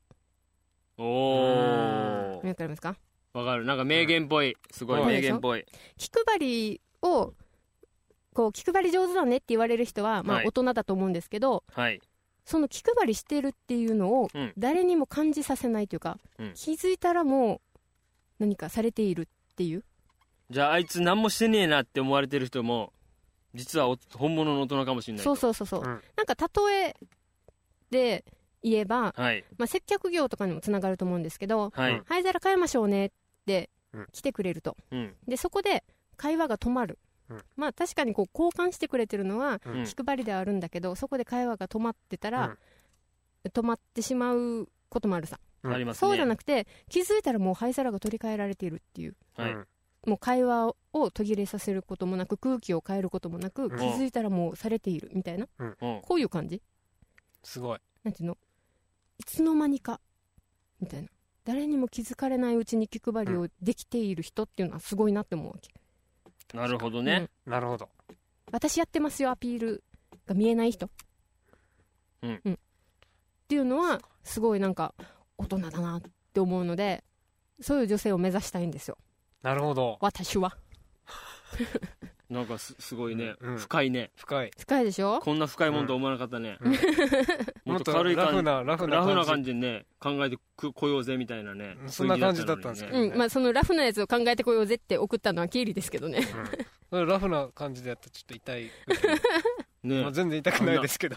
S3: おお
S2: わかりますか
S3: わかるなんか名言っぽいすごい
S1: うん
S3: 名言っぽい
S2: 気配りをこう気配り上手だねって言われる人は、まあ
S3: は、い
S2: 大人だと思うんですけど、
S3: はい
S2: その気配りしてるっていうのを
S3: うん
S2: 誰にも感じさせないというか、
S3: うん
S2: 気づいたらもう何かされているっていう
S3: じゃああいつ何もしてねえなって思われてる人も実はお本物の大人かもしれない
S2: そう
S3: そ
S2: そうそうそう、
S1: うん
S2: なんか例えで言えば、
S3: うはい
S2: まあ、接客業とかにもつながると思うんですけど
S3: はい、
S1: うん
S2: 灰皿変えましょうねって
S1: うん
S2: 来てくれると、
S3: うん
S2: でそこで会話が止まる、
S1: うん
S2: まあ確かにこう交換してくれてるのは
S3: うん
S2: 気配りではあるんだけど、そこで会話が止まってたら、止まってしまうこともあるさ、
S1: うん
S3: ありますね
S2: そうじゃなくて気づいたらもう灰皿が取り替えられているっていう
S3: はい
S1: うん
S2: もう会話を途切れさせることもなく空気を変えることもなく
S1: うん
S2: 気づいたらもうされているみたいな
S3: うん
S2: こういう感じ
S1: すごい
S2: なんていうのいつの間にかみたいな誰にも気づかれないうちに気配りをできている人っていうのはすごいなって思うわけ、
S3: なるほどね
S1: なるほど
S2: 私やってますよアピールが見えない人
S3: うん
S2: っていうのはすごいなんか大人だなって思うのでそういう女性を目指したいんですよ
S1: なるほど
S2: 私は
S3: なんかすすごいね、
S1: うんうん
S3: 深いね
S1: 深い
S2: 深いでしょ
S3: こんな深いもんと思わなかったね、
S1: うん
S3: もっと軽い
S1: ラフ
S3: 感じ
S1: なラフな
S3: ラフな
S1: 感
S3: 感
S1: じ
S3: じでね考えてくこようぜみたいなね
S1: うんそんな感じだったんですけど
S3: 雰囲気だったの
S2: う
S3: にね
S2: んまあそのラフなやつを考えてこようぜって送ったのはキーリですけ
S3: *laughs*
S2: どね
S1: うんラフな感じでやったらちょっと痛い、
S3: ね
S1: まあ、全然痛くないですけど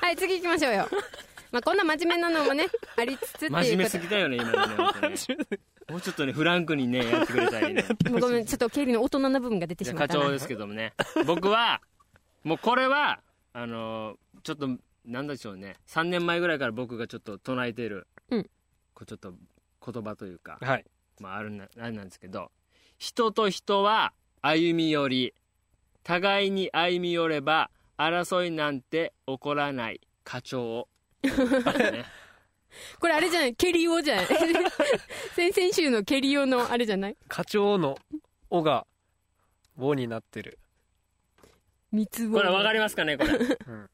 S2: はい次行きましょうよ *laughs* まあこんな真面目なのもねありつつっていうこと
S3: 真面目すぎだよね今の
S2: *laughs*
S3: ね本当ねもうちょっとねフランクにねやってくれたり
S2: *laughs*
S3: ね
S2: もうごめんちょっと経理の大人な部分が出て
S3: じ
S2: し
S3: ゃあ
S2: まっ
S3: 課
S2: たな
S3: 長ですけどもね僕はもうこれはあのーちょっとなんでしょうね3年前ぐらいから僕がちょっと唱えてる、
S2: うん
S3: こうちょっと言葉というか、
S1: *laughs* はい
S3: まあ、あるなあれなんですけど人と人は歩み寄り互いに歩み寄れば争いなんて起こらない課
S1: *laughs*
S3: 長ね
S2: これあれじゃないケリオじゃない *laughs* 先々週のケリオのあれじゃない
S1: 課長の「お」が「お」になってる、
S2: 三つ子
S3: これわかりますかねこれ
S1: うん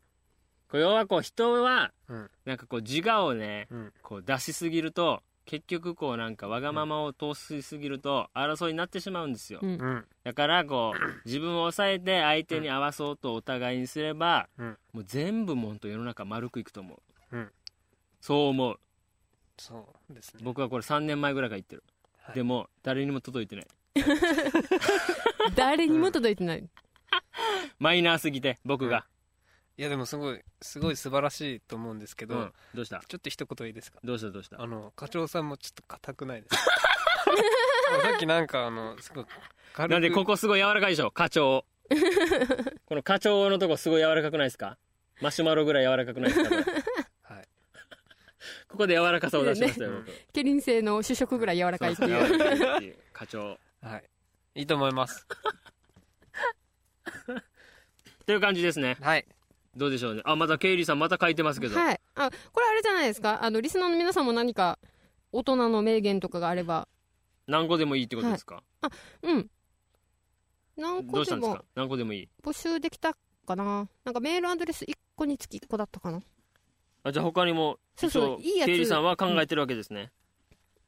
S3: これ要はこう人は
S1: うん
S3: なんかこう自我をね、
S1: うん
S3: こう出しすぎると結局こうなんかわがままを通しすぎると争いになってしまうんですよ、
S2: うん
S1: うん、
S3: だからこ *clears throat* う自分を抑えて相手に合わそうとお互いにすれば、
S1: うん
S3: もう全部もんと世の中丸くいくと思う、
S1: うん
S3: そう思う
S1: そうですね
S3: 僕はこれ3年前ぐらいから言ってる、
S1: はい
S3: でも誰にも届いてない
S2: 誰にも届いてない、
S3: マイナーすぎて僕が、
S1: いやでもすごいすごい素晴らしいと思うんですけ
S3: う
S1: ど、
S3: んどうした
S1: ちょっと一言いいですか
S3: どうしたどうした
S1: あの課長さんもちょっと硬くないです *laughs* かさっきなんかあのすごい軽く
S3: なんでここすごい柔らかいでしょ課 *laughs* 長この課長のとこすごい柔らかくないですかマシュマロぐらい柔らかくないですかこれ
S1: はい
S3: ここで柔らかさを出しましたよ、
S1: ね
S2: ケリン製の主食ぐらい柔らかいって
S3: 僕
S2: い
S3: 柔
S2: う
S3: らかいっていう課長
S1: はいいいと思います
S3: という感じですね
S1: はい
S3: どうでしょうねあまたケイリーさんまた書いてますけど、
S2: はいあこれあれじゃないですかあのリスナーの皆さんも何か大人の名言とかがあれば
S3: 何個でもいいってことですか、
S2: うん何
S3: ど
S2: 個
S3: うし
S2: で
S3: たんです
S2: も
S3: か何個でもいい
S2: 募集できたかななんかメールアドレス1個につき1個だったかな
S3: あじゃあ他にも
S2: そうそういいやつ
S3: ケイリーさんは考えてるわけですね、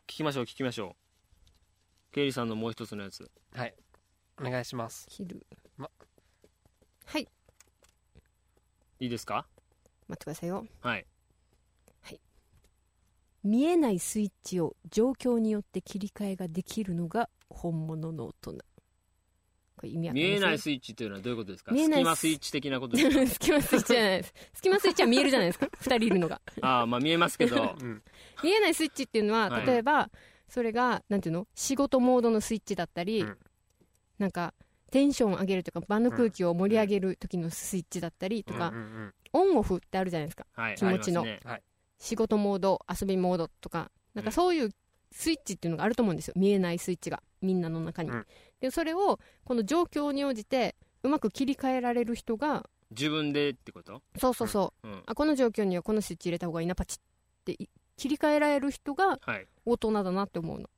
S3: 聞きましょう聞きましょうケイリーさんのもう一つのやつ
S1: お願いします
S2: 切る
S1: ま
S2: はい
S3: いいですか
S2: 待ってくださいよ
S3: はい
S2: 見えないスイッチを状況によって切り替えができるのが本物の大人これ意味わか
S3: 見
S2: り
S3: え
S2: ま
S3: ない
S2: す
S3: スイッチというのはどういうことですか
S2: 見え
S3: ス
S2: ない
S3: キマスイッチ的なことですか
S2: *laughs* スキマスイッチじゃないですスキマスイッチは見えるじゃないですか二人いるのが
S3: ああまあ見えますけ
S2: *laughs*
S3: ど
S1: うん
S2: 見えないスイッチっていうのは、
S3: はい
S2: 例えばそれがなんていうの仕事モードのスイッチだったり、
S1: うん
S2: なんかテンション上げるとか場の空気を盛り上げる時のスイッチだったりとか
S1: うん、うん
S2: オンオフってあるじゃないですか
S3: はい
S2: 気持ちの
S3: ありますね
S2: 仕事モード遊びモードとかなんかそういうスイッチっていうのがあると思うんですよ見えないスイッチがみんなの中に、
S1: うん
S2: でそれをこの状況に応じてうまく切り替えられる人が
S3: 自分でってこと
S2: そうそうそう、
S3: うん
S2: あこの状況にはこのスイッチ入れた方がいいなパチッってい切り替えられる人が
S3: はいへ
S2: 大人だなって思うの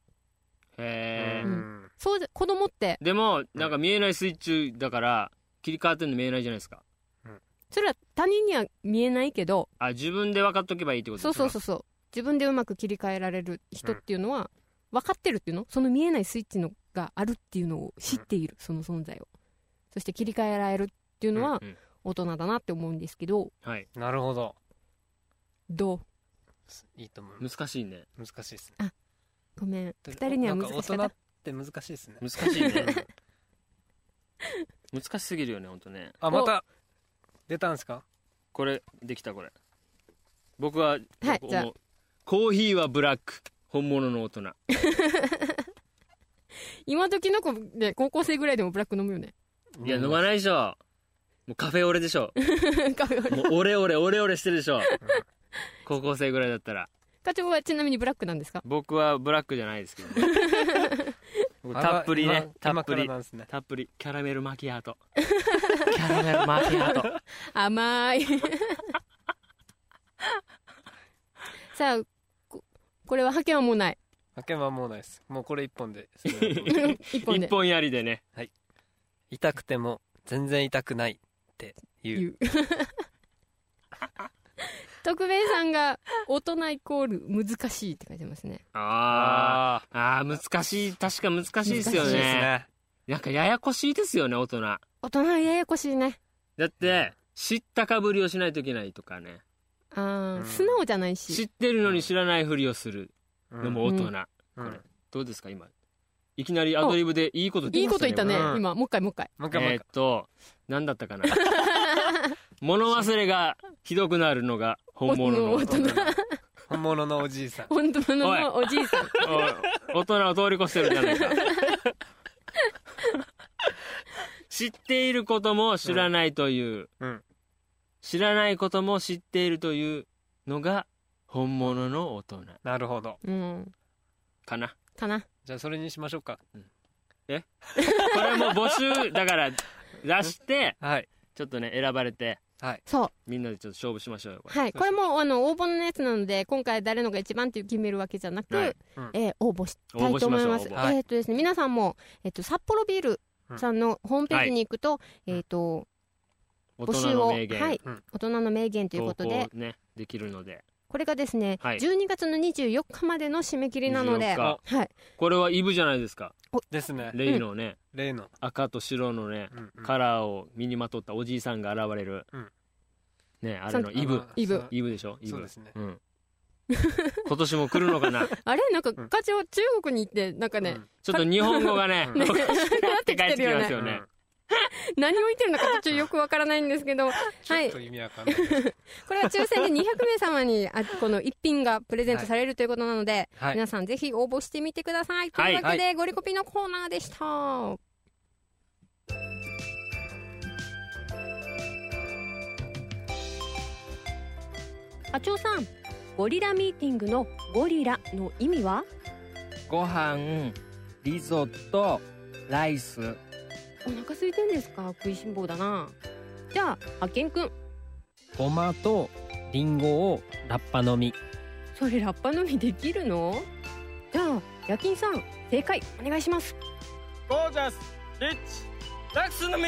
S3: え、
S1: うん
S2: そうじゃ子供って
S3: でもなんか見えないスイッチだから切り替わってんの見えないじゃないですか
S2: それは他人には見えないけど
S3: あ自分で分かっとけばいいってこと
S2: そ
S3: で
S2: う
S3: すか
S2: そうそうそう自分でうまく切り替えられる人っていうのは分かってるっていうのその見えないスイッチのがあるっていうのを知っているその存在をそして切り替えられるっていうのは
S3: うんうん
S2: 大人だなって思うんですけど
S3: はい
S1: なるほど
S2: どう
S1: いいと思いま
S3: 難しいね
S1: す難しいですね
S2: ごめん二人には難しか
S1: なん
S2: っ
S1: か大人って難しいですね
S3: 難しいね *laughs* 難しすぎるよねほんとね
S1: あまた出たんですか
S3: これできたこれ僕は、僕
S2: じゃあ
S3: 思うコーヒーはブラック本物の大人
S2: た今時の子で高校生ぐらいでもブラック飲むよね *laughs*
S3: いや飲ま
S1: い
S3: ないでしょもうカフェオレでしょ
S2: カフェオレ
S3: もうオレオレオレオレしてるでし
S2: *laughs*
S3: ょ高校生ぐらいだったら
S2: 課長はちなみにブラックなんですか
S3: 僕はブラックじゃないですけどね *laughs* 僕たっぷりねたっぷり
S1: なんですね
S3: たっぷりキャラメルマキア *laughs* ートキャラメルマキア
S2: *laughs*
S3: ート
S2: 甘
S3: *laughs*
S2: いさあここれは覇権はもうない *laughs*
S1: 負けはもうないですもうこれ一本で
S2: 一本で
S3: 一本やりでね
S1: 痛くても全然痛くないっていう
S2: 言う徳兵衛さんが大人イコール難しいって書いてますね
S3: あ
S1: あ
S3: ーあー難しい確か難しいですよ
S2: 難しい
S3: ねなんかややこしいですよね大人
S2: 大人ややこしいね
S3: だって知ったかぶりをしないといけないとかね
S2: あ
S1: う
S2: ー
S1: ん
S2: 素直じゃない
S3: 知
S2: し
S3: ってるのに知らないふりをする
S1: うん
S3: のも大人、
S2: う
S1: うん
S3: これどうですか今いきなりアドリブでいいこと
S2: い
S3: 言
S2: いこと言ったね
S1: うん
S2: 今もう一回もう一回
S1: もう一
S3: これ
S1: 回もう
S3: え
S1: 一
S3: ーっと何だったかな物忘れがひどくなるのが本物の大
S2: 大
S3: 人
S2: 人
S1: 回本物のおじいさん
S2: 本当のおじいさん
S3: お大人を通り越してるじゃないか知っていることも知らないという、
S1: うん
S3: 知らないことも知っているというのが本物の大人
S1: なるほど
S2: うん
S3: かな
S2: かな
S1: じゃあそれにしましょうか
S3: これも募集だから出して
S1: はい
S3: ちょっとね選ばれて
S2: そう
S3: みんなでちょっと勝負しましょうよこれ
S2: はいこれもあの応募のやつなので今回誰のが一番っていう決めるわけじゃなく、
S3: はい
S1: うん
S2: えー応募したいと思います
S3: 応募しましょう応募
S1: はい
S2: えっ、とですね皆さんもえっ、と札幌ビールさんのホームページに行くと、
S1: い
S2: えっ、と
S3: 大
S2: 募
S3: 人
S2: 集
S3: の
S2: を
S3: 名言、
S2: はい
S1: うん
S2: 大人の名言という
S3: 投
S2: こと
S3: 稿
S2: で
S3: ねできるので
S2: これがですね、
S3: はい
S2: 12月の24日までの締め切りなので、
S3: 24
S2: はい、
S3: これはイブじゃないですか
S1: ですね
S3: レイのね、
S1: 例の
S3: 赤と白のね
S1: うんうん
S3: カラーを身にまとったおじいさんが現れる、
S1: うん
S3: ねあれのイブ
S1: あの
S2: イブ
S1: そう
S3: イブでしょイブ
S1: そうですね
S3: うん、 *laughs* 今年も来るのか
S1: *laughs*
S3: な
S2: あれなんか
S1: ん
S2: 課長中国に行ってなんかね、
S1: うん
S3: ちょっと日本語がね
S1: うん
S3: おかしくなって帰
S2: な
S3: っ
S2: っててき
S3: き
S2: てるよ
S3: ま
S2: ね
S3: すよね
S2: 何を言ってるのか途中よくわからないんですけど
S1: ちょっと意味わかんないです
S2: これは抽選で200名様にあこの一品がプレゼントされるということなので、
S1: はい
S2: 皆さんぜひ応募してみてください。と
S3: はい
S2: いうわけで、
S1: は
S2: ゴリコピのコーナーでした。
S5: あちょうさんゴリラミーティングのゴリラの意味は
S4: ご飯リゾットライス
S2: お腹空いてんですか食いしん坊だな。じゃあ、あけんくん。
S4: ごまとリンゴをラッパ飲み
S2: それラッパ飲みできるのじゃあ、夜勤さん、正解お願いします。
S6: ゴージャスリッチダックスのみ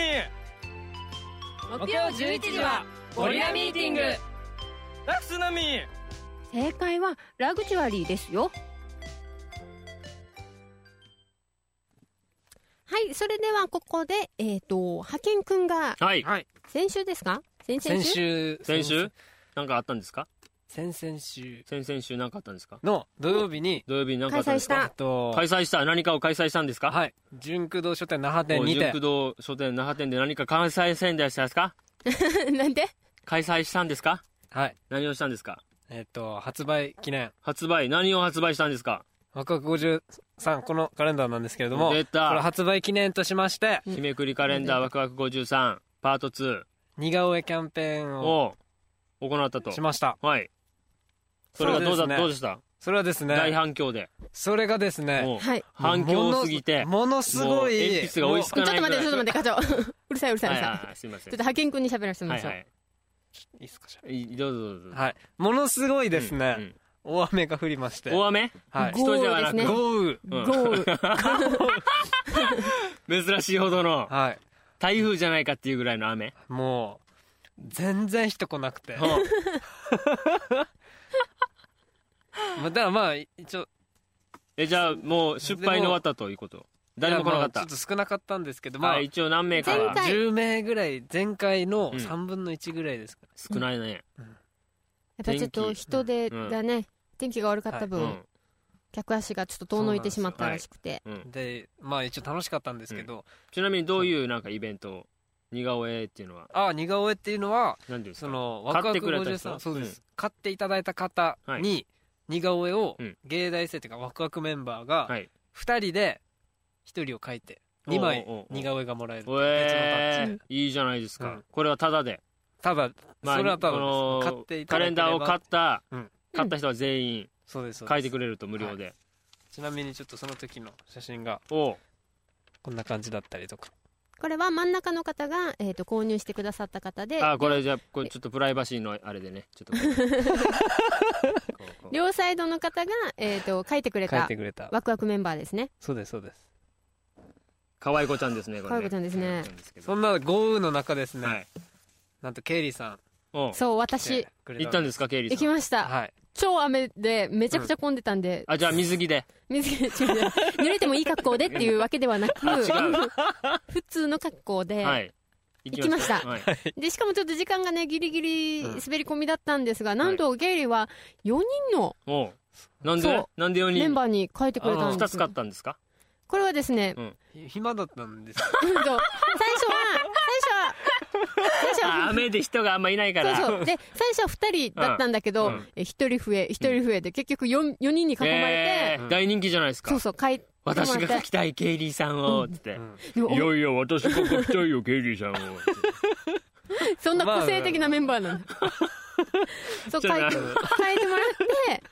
S2: 木曜11時は、
S6: ゴリラミーティングダックスのみ
S2: 正解は、ラグジュアリーですよ。はい、それではここで、えっ、と、派遣くんが、
S3: はい
S1: はい
S2: 先週ですか *laughs* 先々
S1: 先
S2: 週
S1: 週
S3: 先週なんかあったんですか
S1: 先々週
S3: 先々週なんかあったんですか
S1: の土曜日に
S3: 土曜日になんかあったんです
S2: 開催し
S1: えっ
S3: か
S1: と
S3: 開催した何かを開催したんですか
S1: はい純駆動書店那覇店
S3: お
S1: に
S3: 純
S1: て
S3: 駆動書店那覇店で何か開催宣伝したんですか
S2: *laughs* なんで
S3: 開催したんですか
S1: はい
S3: 何をしたんですか
S1: えっと発売記念
S3: 発売何を発売したんですか
S1: ワクワク53このカレンダーなんですけれどもこ
S3: 出
S1: れ
S3: た
S1: 発売記念としまして
S3: 日めくりカレンダーワクワク53パート2
S1: 似顔絵キャンペーンを
S3: を行ったと
S1: しました
S3: はいそれがどうだ
S1: そうですね
S3: どうでした
S1: それはです
S3: 大
S1: ね
S3: 反響で
S1: それがですね
S3: もう
S2: はい。
S3: 反響すぎて
S1: ものものすご
S3: もう
S1: い
S3: 鉛筆が追いつ
S2: ち
S3: か
S2: ょっ
S3: ない
S2: と
S3: ぐ
S2: 待っ
S3: ら
S2: て、
S3: い
S2: ちょっと待って、課長。うるさい、うるさい、う
S3: は
S2: る
S3: いは
S2: さい。
S3: いはいすいませ
S2: ち
S3: ん
S2: ょっと派遣くんに喋らせても
S3: は
S2: ら
S3: い
S2: いましょう。
S1: いいっすかじゃ
S3: はいいどうぞどうぞ
S1: あはいものすごいですね、
S3: うん
S1: 大雨が降りまして
S3: 大雨
S1: はい
S3: 一人ではなく
S2: 豪雨ですね
S1: 豪雨
S3: うん
S2: 豪
S3: *laughs*
S2: 雨。
S3: 珍しいほどの
S1: はい
S3: 台風じゃないかっていうぐらいの雨
S1: もう全然人来なく
S3: *laughs*
S1: て
S3: うん
S1: まあだからまあ一応
S3: えじゃあもう失敗に終わったということ誰も来なかっ
S1: いやまあちょ
S3: た
S1: っと少なかったんですけどまあ、
S3: はい一応何名か
S2: 前
S3: は
S2: 回
S1: 10名ぐらい前回の
S3: うん
S1: 3分の1ぐらいですか、
S3: 少ないね
S2: やっぱりちょっと人手がね、天気が悪かった
S3: う
S2: 分、
S3: ん
S2: 客足がちょっと遠のいてしまったらしくて。
S3: うん
S1: でまあ一応楽しかったんですけど、
S3: ちなみにどういうなんかイベントを似顔絵っていうのは
S1: ああ似顔絵っていうのは
S3: 何ていうんです
S1: そ
S3: か
S1: のワクワ
S3: 買って
S1: ク
S3: くれた
S1: 53
S3: 人
S1: そうです、買っていただいた方に似顔絵を
S3: うん
S1: 芸大生というかワクワクメンバーが
S3: はい
S1: 2人で1人を描いて2枚
S3: おうおうおう
S1: 似顔絵がもらえる別のタッ
S3: え
S1: チ
S3: いいじゃないですか、
S1: うん
S3: これはタダで、
S1: ただ
S3: まあ
S1: それは多分
S3: こ
S1: 買
S3: の
S1: っていた
S3: カ
S1: だ
S3: レ
S1: け
S3: ン
S1: れば
S3: ダーを買った、
S1: うん
S3: 買った人は全員
S1: そうですそう
S3: 書い
S1: で
S3: て
S1: す
S3: くれると無料で、
S1: ちなみにちょっとその時の写真が
S3: おう
S1: こんな感じだったりとか
S2: これは真ん中の方が、えっと、購入してくださった方で、
S3: あこれじゃあこれちょっとプライバシーのあれでねちょっとこうこうこう
S2: 両サイドの方が、えっ
S3: *laughs*
S2: と、書いてくれ
S1: 描い
S2: た
S1: てくれた
S2: ワクワクメンバーですね。
S1: そうですそうです
S3: 可愛い子ちゃんですねこれね
S2: 可愛い子ちゃんですね
S3: 可愛い子ちゃんですけど
S1: そんな豪雨の中ですね、
S3: はい
S1: なんとケイリーさん
S3: おう
S2: そう、
S1: 来
S2: 私
S1: て、くれ
S3: 行ったんですかケイリー
S2: 行
S3: さ
S2: き
S3: ん
S2: ました。
S1: はい
S2: 超雨で、めちゃくちゃ混んでたんで、
S3: あじゃあ水着で
S2: 水着違
S3: *laughs*
S2: う違う濡れてもいい格好でっていうわけではなく、普通の格好で、
S3: はい
S2: 行きました
S3: はい
S2: でしかもちょっと時間がねギリギリ
S3: うん
S2: 滑り込みだったんですが、なんとゲイリーは4人の
S3: おうなん
S2: そう
S3: でなんで4
S2: メン
S3: 人
S2: バーに書いてくれたんで
S3: 2
S2: す
S3: つ買ったんですか
S2: これはですね、
S1: 暇だったんです
S3: *laughs*
S2: うんと最初は最初は最初
S3: あ
S2: は
S3: 雨で人があんまいないから
S2: そうそうで最初は2人だったんだけど、
S3: うんうん
S2: え1人増え1人増えで結局 4, 四人に囲まれて、
S3: えー大人気じゃないですか
S2: そうそう書いてもらっ
S3: 私が書
S2: て
S3: きたいケイリーさんをつって
S2: でも
S3: いやいや私が書きたいよケイリーさんをつって
S2: *laughs* そんな個性的なメンバーなの、そう書
S3: ち
S2: い
S3: ょっと
S2: て書い
S3: な
S2: てもらって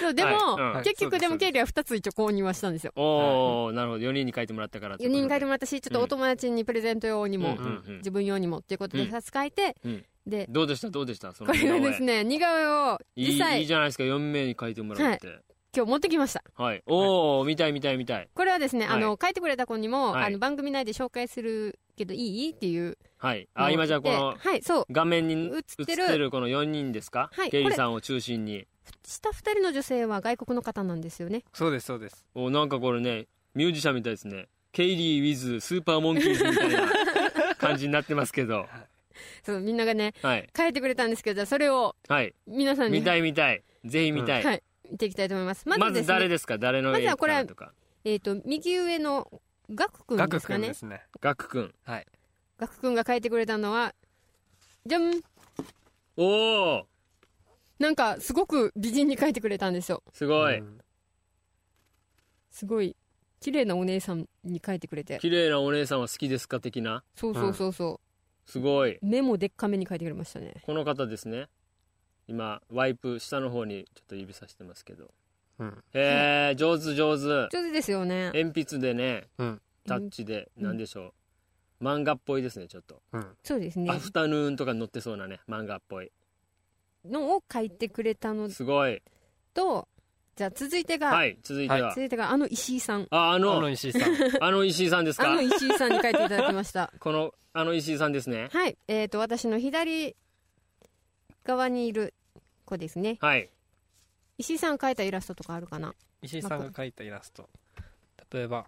S2: そうでも、
S3: はいうん
S2: 結
S1: そ
S2: 局
S1: うです
S2: でもケイリーは2つ一応購入はしたんですよ
S3: おおなるほど4人に書いてもらったから
S2: 4人書いて
S3: も
S2: もらったしちょっとお友達にプレゼント用にも、
S1: うん
S2: 自分用にもっていうことで
S3: うん
S2: 2つ書いて、
S3: うん
S2: で
S3: どうでしたどうでしたその
S2: これはですね似顔絵を
S3: 似顔絵いい
S2: 実際
S3: いいじゃないですか4名に書いてもらうってはい、
S2: 今日持ってきました
S3: おお見たい見たい見たい
S2: これはですね、あの書いてくれた子にも、
S3: はい
S2: あの番組内で紹介するけどいいっていう
S3: はい
S2: のを
S3: あ今じゃあこの
S2: ではいそう
S3: 画面に映
S2: 映
S3: っ
S2: ってる
S3: てるこの4人ですか、
S2: はい
S3: ケイリーさんを中心に
S2: 下2人の女性は外国の方なんですよね
S1: そうですそうです
S3: おなんかこれねミュージシャンみたいですねケイリー with スーパーモンキーズみたいな感じになってますけど
S2: そうみんながね
S3: はい
S2: 書いてくれたんですけどじゃあそれを *laughs*
S3: はい
S2: 皆さんに
S3: 見たい見たいぜひ見たい、
S2: はい見ていきたいと思いますま
S3: ま
S2: ず
S3: ず
S2: ですね
S3: 誰ですか誰の絵
S2: まずはこれ
S3: かとか
S2: えっ、と右上のガクくん
S1: ガ
S2: で
S1: ク
S2: すか
S1: 君
S2: ね
S1: ですね
S3: ガク君
S2: ガクくんが書いてくれたのはじゃん
S3: おお
S2: なんかすごく美人に書いてくれたんですよ
S3: すごい、
S1: うん
S2: すごい綺麗なお姉さんに書いてくれて
S3: 綺麗なお姉さんは好きですか的な
S2: そうそうそうそ、
S3: すごいう
S2: 目もでっかめに書いてくれましたね
S3: この方ですね今ワイプ下の方にちょっと指さしてますけど
S1: うん
S3: へえ上手上手
S2: 上手ですよね
S3: 鉛筆でね、
S1: うん
S3: タッチで
S2: うん
S3: 何でしょう、漫画っぽいですねちょっと、
S1: うん
S2: そうですね
S3: アフタヌーンとかに載ってそうなね漫画っぽい
S2: のを書いてくれたの
S3: すごい
S2: とじゃあ続いてが、
S3: はい続いては、
S2: 続いてがあの石井さん
S3: ああ
S1: あ
S3: の
S1: の石井さん
S2: *laughs*
S3: あの石井さんです
S2: あ
S3: か
S2: の石井さんに書いていただきました
S3: *laughs* このあの石井さんですね
S2: はいえー、と私の左側にいる子ですね
S3: はい
S2: 石井さんが描いたイラストとかあるかな
S1: 石井さんが描いたイラスト例えば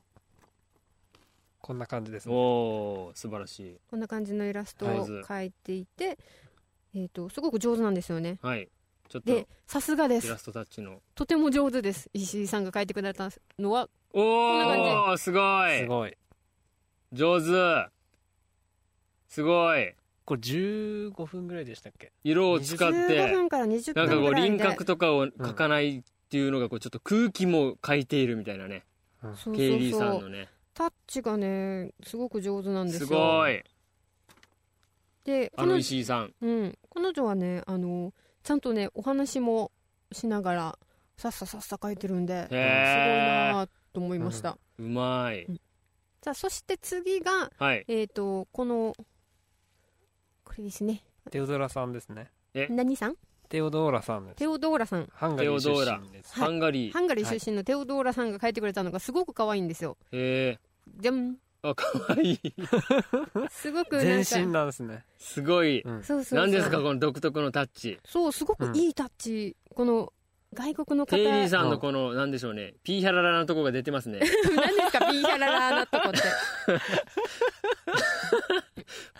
S1: こんな感じです
S3: お
S1: ね
S3: お素晴らしい
S2: こんな感じのイラスト
S3: 上
S2: を
S3: 手
S2: 描いていて、えー、とすごく上手なんですよね
S3: はいちょっと
S2: で
S3: イ
S2: さすがです
S3: ラストタッチの
S2: とても上手です石井さんが描いてくれたのはんな
S3: お
S2: 感
S3: おすごい
S1: すごい
S3: 上手すごい
S1: これ15分ぐらいでしたっけ
S3: 色を使っ
S2: 15
S3: て
S2: 分から20
S3: なんかこ
S2: 分ぐ
S3: う
S2: らいで
S3: 輪郭とかを描かないっていうのがこうちょっと空気も描いているみたいなね
S2: そう
S3: ケイ
S2: そう
S3: リーさ
S2: そ
S3: ん
S2: う
S3: のね
S2: タッチがねすごく上手なんです
S3: す
S2: よ
S3: ごい
S2: で
S3: あ
S2: こ
S3: の
S2: の
S3: 石井さん
S2: うん、彼女はねあのちゃんとねお話もしながらさっささっさ書いてるんですごい
S3: へえ
S2: なと思いました、
S3: うまい
S2: じゃあそして次が
S3: はい
S2: えっ、とこのこれですね
S1: テオドラさんですね
S2: 何さん
S1: テオドーラさんです
S2: テオドーラさん
S1: ハンガリー出
S3: テオド
S1: 身です
S3: ハンガリー
S2: ハンガリー出身のテオドーラさんが書いてくれたのがすごく可愛いんですよ
S3: へえ
S2: じゃん
S3: あかわいい
S2: すごくな
S1: 全
S2: んか
S1: 身なんですね
S3: すごい
S1: うん
S2: そうそうそう
S3: 何ですかこの独特のタッチ
S2: そうすごくいいタッチ、この外国の方
S3: ケイリー
S2: 何
S3: さんのこのなんでしょうねピーヒャララなとこが出てますね
S2: *laughs* ですかピーヒャララーなとこ
S3: *laughs*
S2: って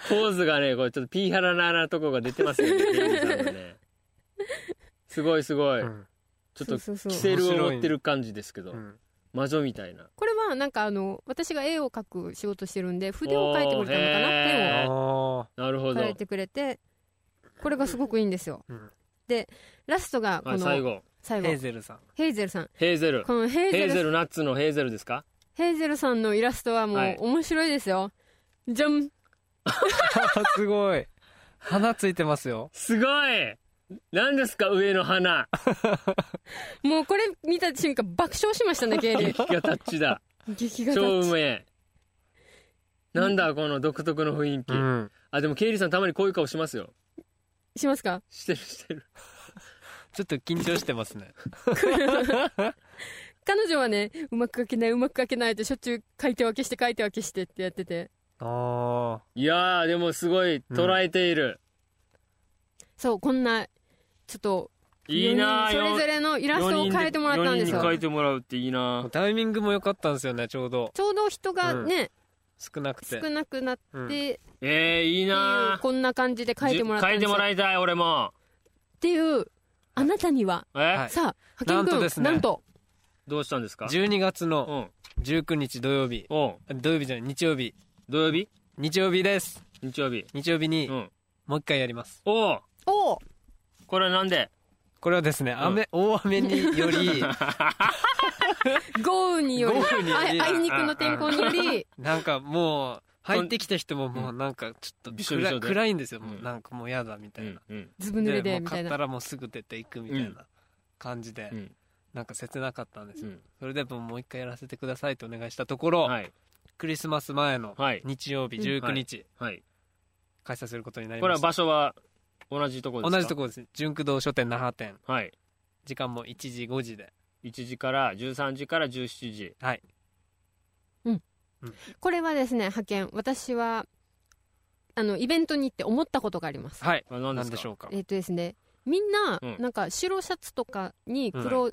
S3: ポーズがねこれちょっとピーハララなとこが出てますよ
S2: *laughs*
S3: ねケイリーさんのねすごいすごい、
S1: うん
S3: ちょっと
S2: そうそう
S3: キ
S2: そ
S3: セ
S2: う
S3: ルを持ってる感じですけど、
S1: うん
S3: 魔女みたいな
S2: これはなんかあの私が絵を描く仕事してるんで筆を描いてくれたのか
S3: おー
S2: な
S3: へ
S2: ペン
S3: え
S2: を
S3: ー
S1: あ
S3: なるほど、
S2: 描いてくれてこれがすごくいいんですよ、
S1: うん
S2: でラストがこ
S3: はい、
S2: の
S3: 最後
S2: 最
S1: ー
S2: 後
S1: ヘーゼルさん
S2: ヘイゼルさん
S3: ヘーゼル
S2: このヘイ
S3: ヘ
S2: ゼ
S3: ー
S2: ル
S3: ゼルナッツのヘーゼルですか
S2: ヘイゼルさんのイラストはも
S3: は
S2: う
S3: い
S2: 面白いですよ、じゃん
S1: *laughs* すごい花ついてますよ
S3: すごい何ですか上の
S2: *laughs*
S3: 花
S2: もうこれ見た瞬間爆笑しましたねケイリ
S3: 激
S2: ー
S3: がタッチだ
S2: *laughs* 激が
S3: 超
S2: 立
S3: う
S2: ち
S3: めえなんだこの独特の雰囲気、
S1: うん
S3: あでもケイリーさんたまにこういう顔しますよ
S2: しますか
S3: してるしてる
S1: ちょっと緊張してますね
S2: 彼女はねうまく描けないうまく描けないってしょっちゅう書いて分けして書いて分けしてってやってて
S1: あ
S3: いやーでもすごい捉えている、
S2: そうこんなちょっと
S3: いいな
S2: 四人それぞれのイラストを変えてもらったんです
S3: 4人に
S2: よ
S3: 描いてもらうっていいな
S1: あタイミングも良かったんですよねちょうど
S2: ちょうど人がね、
S1: 少なくて
S2: 少なくなって、
S1: うん
S2: っていう
S3: えー、いいなー
S2: こんな感じで書いてもらった
S3: 書
S2: んで
S3: い
S2: す
S3: て
S2: よ
S3: もらいたい俺も
S2: っていうあなたには、
S3: え、
S1: はい
S2: さあ派遣
S1: なんと
S2: 君
S1: ですね
S2: なんと
S3: どうしたんですか
S1: 12月
S3: う
S1: の
S3: ん
S1: 19日土曜日
S3: おう
S1: 土曜日じゃない日曜日
S3: 土曜日
S1: 日曜日です
S3: 日曜日
S1: 日曜日に
S3: うん
S1: もう一回やります
S3: おう
S2: おう
S3: これはなんで
S1: これはですね雨、大雨に
S3: *laughs*
S1: より
S2: 豪雨により
S1: 豪雨によ
S2: あ
S1: り
S2: あいにくの天候によ
S1: *laughs*
S2: り
S1: なんかもう入ってきた人ももうなんかちょっ
S3: び
S1: と
S3: しょび
S1: 暗
S3: しょ
S1: い
S3: で
S1: 暗いんですよ、もううんなんかもうやだみたいな、
S3: うん
S2: ずぶ濡れでみ
S1: でもう
S2: た
S1: 買
S2: い
S1: った
S2: な
S1: らもうすぐ出ていくみたいな感じで、
S3: うん
S1: なんか切なかったんです
S3: う
S1: よ、
S3: ん
S1: それでももう一回やらせてくださいとお願いしたところ、
S3: はい
S1: クリスマス前の
S3: はい
S1: 日曜日19日、
S3: はい
S1: 開催することになり
S3: これは
S1: ました
S3: 場所は同じとこですか
S1: 同じところです純駆動書店那覇店
S3: はい
S1: 時間も1時5時で
S3: 1時から13時から17時
S2: これはですね派遣私はあのイベントに行って思ったことがあります
S1: はい
S3: これ何で
S1: 何
S3: すか
S1: でしょうか
S2: えっ、とですねみんな、
S3: うん
S2: なんか白シャツとかに黒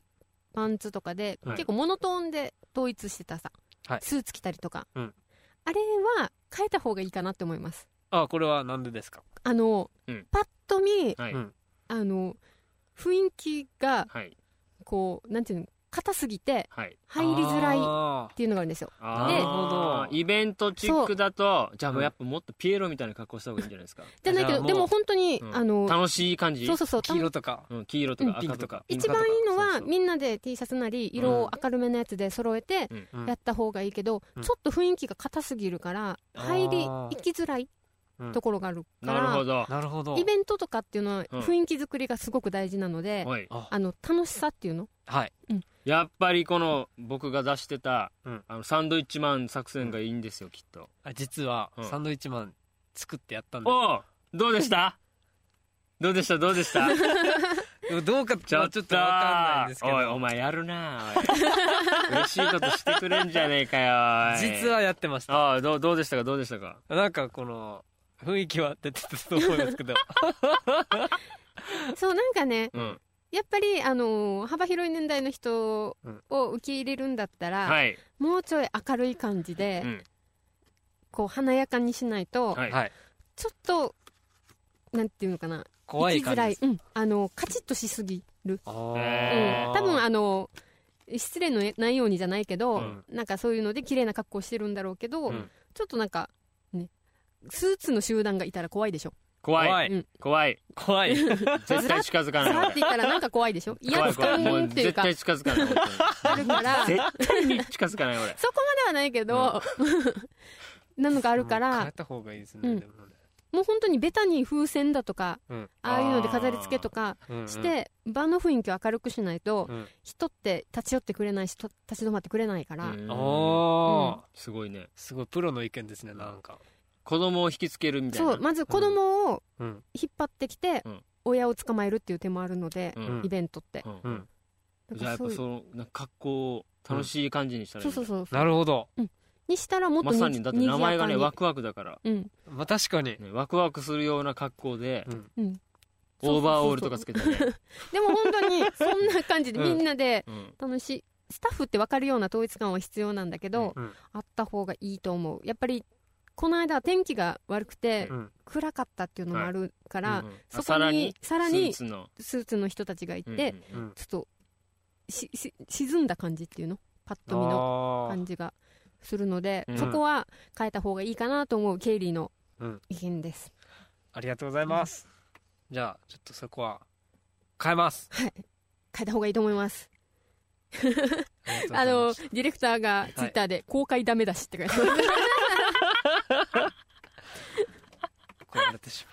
S2: パンツとかで、
S3: はい
S2: 結構モノトーンで統一してたさ、
S1: はい
S2: スーツ着たりとか、
S1: うん
S2: あれは変えた方がいいかなって思います
S1: あこれは何でですか
S2: あの、
S3: うん
S2: パッと見
S3: はい、
S1: うん
S2: あの雰囲気が
S3: はい
S2: こうなんていうの硬すぎて
S3: はい
S2: 入りづらいっ
S1: あ
S2: ていうのがあるんですよ
S3: あー
S2: なる
S1: ほど
S3: イベントチックだとじゃあもう
S1: はい
S3: やっぱもっとピエロみたいな格好した方がいいんじゃないですか、
S2: じゃないけ
S1: じゃあ
S2: ど
S1: もう
S2: でも本当に、
S3: うん
S2: あの
S3: 楽しい感じ
S2: そうそうそう
S1: ー黄色とか
S3: うん、黄色とか
S1: ピン
S3: 赤
S1: ク
S3: と
S1: と
S3: か
S1: か、
S2: 一番いいのは
S3: そうそう
S2: みんなで T シャツなり色を明るめのやつで揃えて
S3: うん
S1: うん
S2: やった方がいいけど、
S1: うん
S2: ちょっと雰囲気が硬すぎるから入り行
S1: あー
S2: きづらい
S1: うん
S2: ところがあるか
S3: なるほ
S2: ら、
S3: ど
S1: なるほど
S2: イベントとかっていうのは
S3: うん
S2: 雰囲気作りがすごく大事なので、
S3: はい
S1: あ
S2: あの楽しさっていうの
S1: はい
S3: やっぱりこの僕が出してた、
S1: うん
S3: あのサンドイッチマン作戦がいいんですよきっと、
S1: あ実は
S3: うん
S1: サンドイッチマン作ってやったんで
S3: おおどうでしたどうでしたどうでした
S1: *laughs* でもどうか
S3: ちょっと
S1: ちょっとわかんないんですけど
S3: おいお前やるな
S1: *laughs*
S3: おい嬉しいことしてくれんじゃねえかよおい
S1: 実はやってました
S3: ああどうどうでしたかどうでしたか
S1: なんかこの雰囲気は出てたと思います *laughs* けど
S2: そうなんかね
S3: うん
S2: やっぱり、あのー幅広い年代の人
S1: うん
S2: を受け入れるんだったら、
S3: はい
S2: もうちょい明るい感じで、
S3: うん
S2: こう華やかにしないと、
S3: はい、
S1: はい
S2: ちょっとなんていうのかな
S1: 怖い
S2: 行きづ
S1: 感
S2: ら
S1: じ
S2: い、うん、あのカチッとしすぎる、
S1: あ
S2: うん
S3: へ
S1: ー
S2: 多分あの失礼のないようにじゃないけど、
S1: うん
S2: なんかそういうので綺麗な格好してるんだろうけど、
S1: うん
S2: ちょっとなんかねスーツの集団がいたら怖いでしょ
S3: 怖い怖い
S2: うん
S3: 絶対近づかな
S2: さら
S3: い
S2: っていたらなんか怖いでしょ嫌
S3: 怖
S2: ない
S3: 怖い
S2: 感
S3: もう
S2: っていう
S3: 絶
S2: か
S3: 対近づかない本
S2: あるから
S3: 当に絶対に近づかない俺
S2: そこまではないけど、 *laughs* なのがあるか
S1: もう変え
S2: ら
S1: た方がいいですね、
S2: うん
S1: でもね
S2: もう本当にベタに風船だとか、
S1: うん
S2: ああいうので飾り付けとか
S1: うんうん
S2: して、場の雰囲気を明るくしないと、
S1: うん
S2: 人って立ち寄ってくれないしと立ち止まってくれないから、
S3: うん
S1: あー、
S3: すごいね
S1: すごいプロの意見ですねなんか
S3: 子供を引きつけるみたいな
S2: そうまず子供を
S1: うん
S2: 引っ張ってきて、
S3: うん
S2: 親を捕まえるっていう手もあるので、
S3: う
S1: うん
S3: ん
S2: イベントって、
S3: うん
S1: うん
S2: なん
S3: じゃあや
S2: か
S3: っぱ
S2: そういう
S3: そのなんか格好を楽しい感じにしたらいい
S2: そ
S3: う
S2: そうそうそう
S1: なるほど、
S2: にしたらもっと
S3: ま
S2: に
S3: さにだって名前がね
S2: にぎや
S3: ワ
S2: か
S3: クワクだから、
S2: にうん
S1: まあ、確かに、
S3: ね、ワクワクするような格好で
S1: う
S2: そ
S1: ん
S2: うそうそうそう
S3: オーバーオールとかつけてね、
S2: でも本当にそんな感じで
S1: う
S2: み
S1: ん
S2: んなで
S3: *laughs* うん
S2: 楽しいスタッフって分かるような統一感は必要なんだけど、
S1: うんうん
S2: あった方がいいと思うやっぱりこの間天気が悪くて、
S1: うん
S2: 暗かったっていうのもあるから、
S3: うんうん
S2: そ
S3: さ
S2: こ
S3: ら
S2: に
S3: に
S2: さらに
S3: スーツの、
S2: スーツの人たちがいて、
S3: うん
S2: ちょ
S3: うん
S1: うん
S2: っとしし沈んだ感じっていうのパッと見の
S1: あー
S2: 感じがするので、
S3: うん
S2: そこは変えた方がいいかなと思うケイリーの
S1: うん
S2: 意見です、
S1: ありがとうございますじゃあちょっとそこは変
S2: *laughs*
S1: えます
S2: 変えた方がいいと思います
S1: りが
S2: あ
S1: と
S2: の
S1: うございま
S2: ディレクターがツイッターで「公開ダメ出し」って書いてある
S1: すこうなってし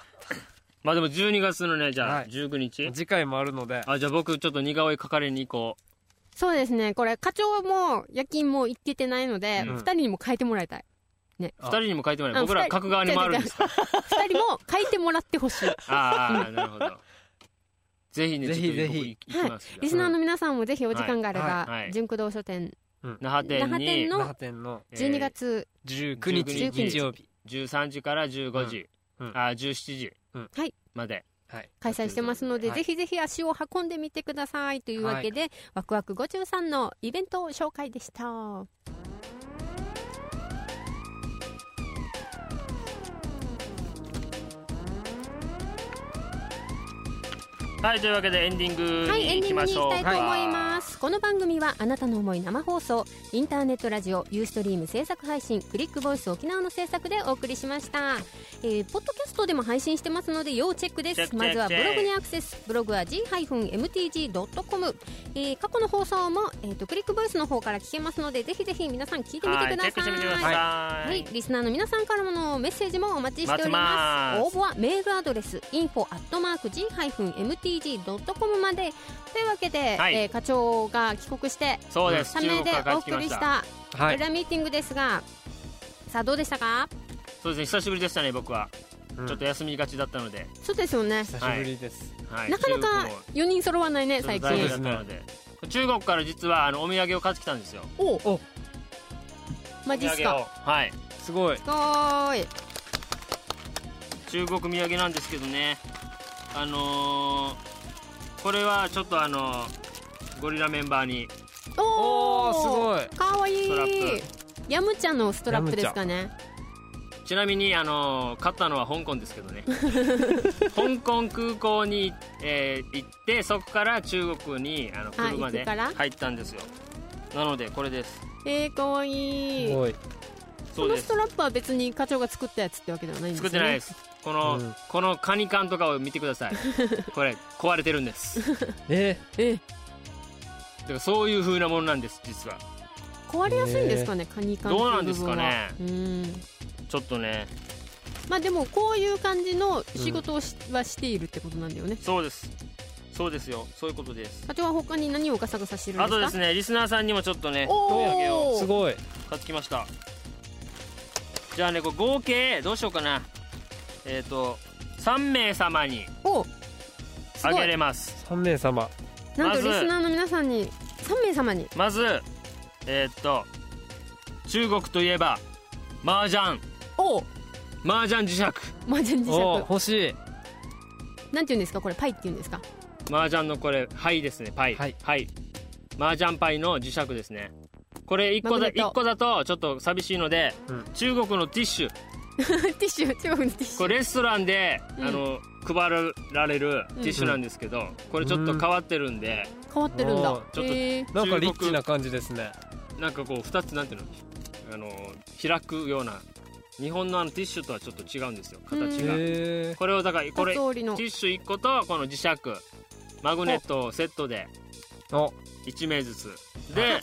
S3: まあでも12月のねじゃ
S1: は
S3: あ
S1: い
S3: 19日、
S1: まう次回もあるので
S3: あじゃあ僕ちょっと似顔絵描かれに行こ
S2: *laughs* そうですねこれ課長も夜勤も行けてないので、二
S1: うん
S2: 2人にも変えてもらいたいう
S3: 二
S1: あ
S3: 人にも描いてもら
S2: あ
S3: え僕ら
S2: 二人
S3: 描く側にもあるんですか
S2: 2人も変えてもらってほ
S1: *laughs*
S2: しい
S3: ああなるほどぜひね
S1: ぜひ
S3: ちょっと
S1: ぜ
S3: 僕行きます
S2: リ
S3: じゃ
S2: スナーの皆さんもぜひお時間があれば、
S1: はい
S3: はい
S2: 純駆動書店
S3: あ那覇店
S2: 那覇店
S3: に
S2: の
S1: 那覇店の
S3: えー
S2: 12月、
S1: 19日
S3: 19
S2: 日
S1: 日曜日
S3: 13時から15時、
S1: うんうん
S3: あ17時
S1: うん
S2: はい
S3: まで
S1: はい
S2: 開催してますので、
S1: はい
S2: ぜひぜひ足を運んでみてくださいというわけで、ワクワク53のイベント紹介でした。
S3: はいというわけでエンディング
S2: はい、エ
S3: に行き
S2: ンディング
S3: ま
S2: に
S3: し
S2: 行
S3: ょう
S2: き
S3: か
S2: たいと思います。この番組はあなたの思い生放送、インターネットラジオ、ユーストリーム制作配信、クリックボイス沖縄の制作でお送りしました。えーポッドキャストでも配信してますので要チェックで
S3: チェック
S2: す。まずは
S3: チ
S2: ブ
S3: ェック
S2: ログにアクセス、ブログは g-mtg.com、えー過去の放送も、えー、とクリックボイスの方から聞けますので、ぜひぜひ皆さん聞いてみて
S3: はいチェ
S2: くだ
S3: ックし
S2: さ
S3: てみてくだ
S2: い。
S3: さい、
S2: はい、リスナーの皆さんからのメッセージもお待ちしております。
S3: 待
S2: 応募はメールアドレス info g mtg ドットコムまで。というわけで、
S3: はい
S2: えー課長が帰国して
S3: そうです
S2: 社名でお送りした
S1: は
S2: 裏ミーティングですが、さあどうでしたか？
S3: そうですね久しぶりでしたね僕は、
S1: うん
S3: ちょっと休みがちだったので、
S2: そうですよね。
S6: 久しぶりです、
S3: はい、
S2: なかなか四人揃わないね
S3: 中
S2: 最
S3: 国も大
S2: 近
S3: 事だ。ったので、中国から実はあのお土産を買ってきたんですよ
S2: おお、マジっす
S3: お土産
S2: か？
S3: をはい
S1: すごい
S2: すごーい。
S3: 中国土産なんですけどねあのー、これはちょっとあのーゴリラメンバーに
S1: おーすごい
S2: い。かわい
S3: ストラ
S2: い
S3: ッ。
S2: ヤムチャのストラップですかね。
S3: ちなみにあのー買ったのは香港ですけど
S2: *laughs*
S3: ね香港空港に、えー行ってそこから中国にあの
S2: あ
S3: 車
S2: 行
S3: で
S2: くから
S3: 入ったんですよなのでこれです
S2: えー、かわいい。
S1: ごい
S3: そう
S2: この
S3: で
S2: ス
S3: す
S2: トラップは別に課長が作ったやつってわけではないんです
S3: 作
S2: ね
S3: ってないですこの、
S1: うん
S3: このカニ缶とかを見てくださいこれ壊れてるんですだ
S1: え
S2: え
S3: からそういう風なものなんです実は
S2: 壊れやすいんですかね、カニ缶ってい
S3: どうなんですかね
S2: 部分はうん
S3: ちょっとね
S2: まあでもこういう感じの仕事をし、はしているってことなんだよね
S3: そうですそうですよそういうことです
S2: 課長は他に何をガサガサしてるんで
S3: あ
S2: すか
S3: とですねリスナーさんにもちょっとね
S2: お
S3: お土
S2: ー
S3: 産を
S1: すごい
S3: 買ってきましたじゃあねこれ合計どうしようかなえっ、と3名様に
S2: おす
S3: あ
S2: ご
S3: げ
S2: い
S3: れます
S1: 三名様
S2: なん
S3: ま
S2: と
S3: ず
S2: リスナーの皆さんに3名様に
S3: まずえっ、と中国といえば麻雀
S2: お
S3: 麻雀磁石
S2: マジン磁
S1: おー
S2: 石
S1: 欲しい
S2: なんて言うんですかこれパイって言うんですか *laughs*
S3: 麻雀のこれ牌ですねパイ
S1: はい
S3: 麻雀パイの磁石ですねこれ1個だ
S2: マグネット
S3: 一個だとちょっと寂しいので、
S1: うん
S3: 中国のティッシュ
S2: ティッシュ中国のティッシ
S3: こ
S2: ュ
S3: れレストランで、
S2: うん
S3: あの配られるティッシュなんですけど、これちょっと変わってるんで、
S2: 変わってるん
S1: お
S3: ち
S2: だ
S1: ー
S3: ょっと
S2: へー
S1: なんかリッチな感じですね
S3: なんかこう2つなんていうのあの開くような日本のあのティッシュとはちょっと違うんですよ形が、
S1: へえ
S3: これをだからこれテ
S2: 一通りの
S3: ィッシュ1個とこの磁石マグネットをセットで
S1: お
S3: 1名ずつで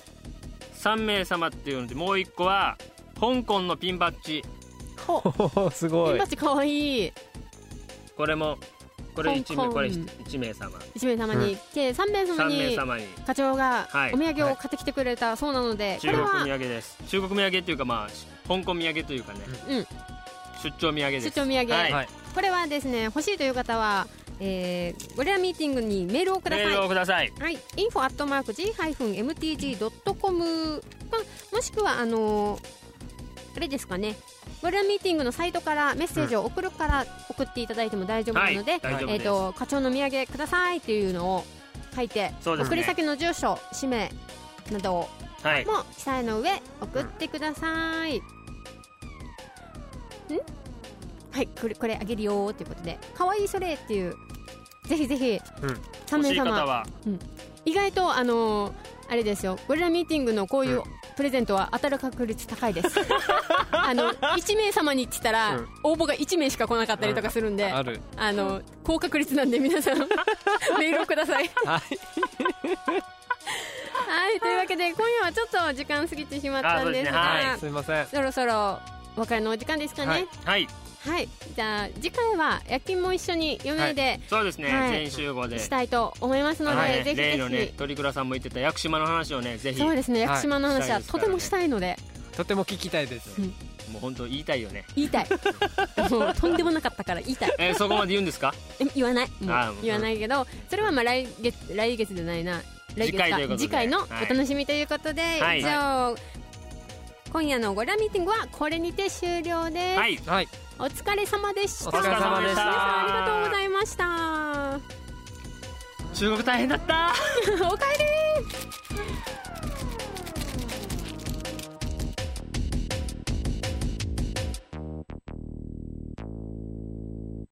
S3: 3名様っていうのでもう1個は香港のピンバッジ
S2: おピ
S1: す
S2: ン
S1: ごい
S2: バッジかわいい
S3: これもこれ1
S2: 香
S3: 名
S2: 港
S3: これ1名様
S2: 1名様に、計3名様
S3: 3
S2: に
S3: 名様に
S2: 課長が
S3: はい
S2: お土産を買ってきてくれたそうなので、こ
S3: 中
S2: れ
S3: 国土
S2: は
S3: 産です中国土産っていうかまあ香港土産というかね、
S2: うん
S3: 出張土産です
S2: 出張土産
S3: はい
S1: はい
S2: これはですね欲しいという方は、えー、ゴリラミーティングにメールをくださ
S3: メ
S2: い
S3: ールをください
S2: はい、info at mark g-mtg.com かもしくはあのーあれですかねゴリラミーティングのサイトからメッセージを送るから送っていただいても大丈夫なので、
S3: はい大丈夫
S2: え
S3: で
S2: っ
S3: す
S2: と課長の土産くださいっていうのを書いて、
S3: そうですね
S2: 送り先の住所氏名などを
S3: はい
S2: も記載の上送ってください、んはいこれこれあげるよーということでかわいいそれっていうぜひぜひ、
S1: ん
S2: 三
S3: 欲しい
S2: 名
S3: 方
S2: 様
S3: は
S2: 意外とあのーあれですよゴリラミーティングのこういううプレゼントは当たる確率高いです
S3: *laughs*
S2: あの1名様にって言ったら、
S1: うん
S2: 応募が1名しか来なかったりとかするんで、
S1: ある
S2: あの高確率なんで皆
S3: *laughs*
S2: さんメールをください *laughs* は
S1: はい
S2: いというわけで今夜はちょっと時間過ぎてしまったんですが
S3: あそうですねは
S1: すいません
S2: そろそろお別れのお時間ですかね。は
S1: はいい、
S3: はい
S2: じゃあ次回は夜勤も一緒に4名で
S3: そうですね、
S2: はい
S3: 全員集合で
S2: したいと思いますので、
S3: はい
S2: ぜひぜ
S3: 例
S2: ひ、
S3: のね鳥倉さんも言ってた屋久島の話をねぜひ
S2: そうですね屋久島の話は
S3: はい
S2: とてもしたいので
S1: とても聞きたいです
S3: もう本当言いたいよね
S2: 言いたいもうとんでもなかったから言いたい
S3: えーそこまで言うんですか
S2: え *laughs* 言わないも
S3: あ
S2: う言わないけどそれはまあ来月来月じゃないな来月
S3: 次回ということ
S2: か
S3: で
S2: 次回のお
S3: はい
S2: 楽しみということで、
S3: はい
S2: 以上、今夜のゴリラミーティングはこれにて終了です、
S3: はい
S1: はい
S2: お疲れ様でした
S1: お疲れ様でした
S2: 皆さんありがとうございました *laughs*
S3: 中国大変だった
S2: おかえり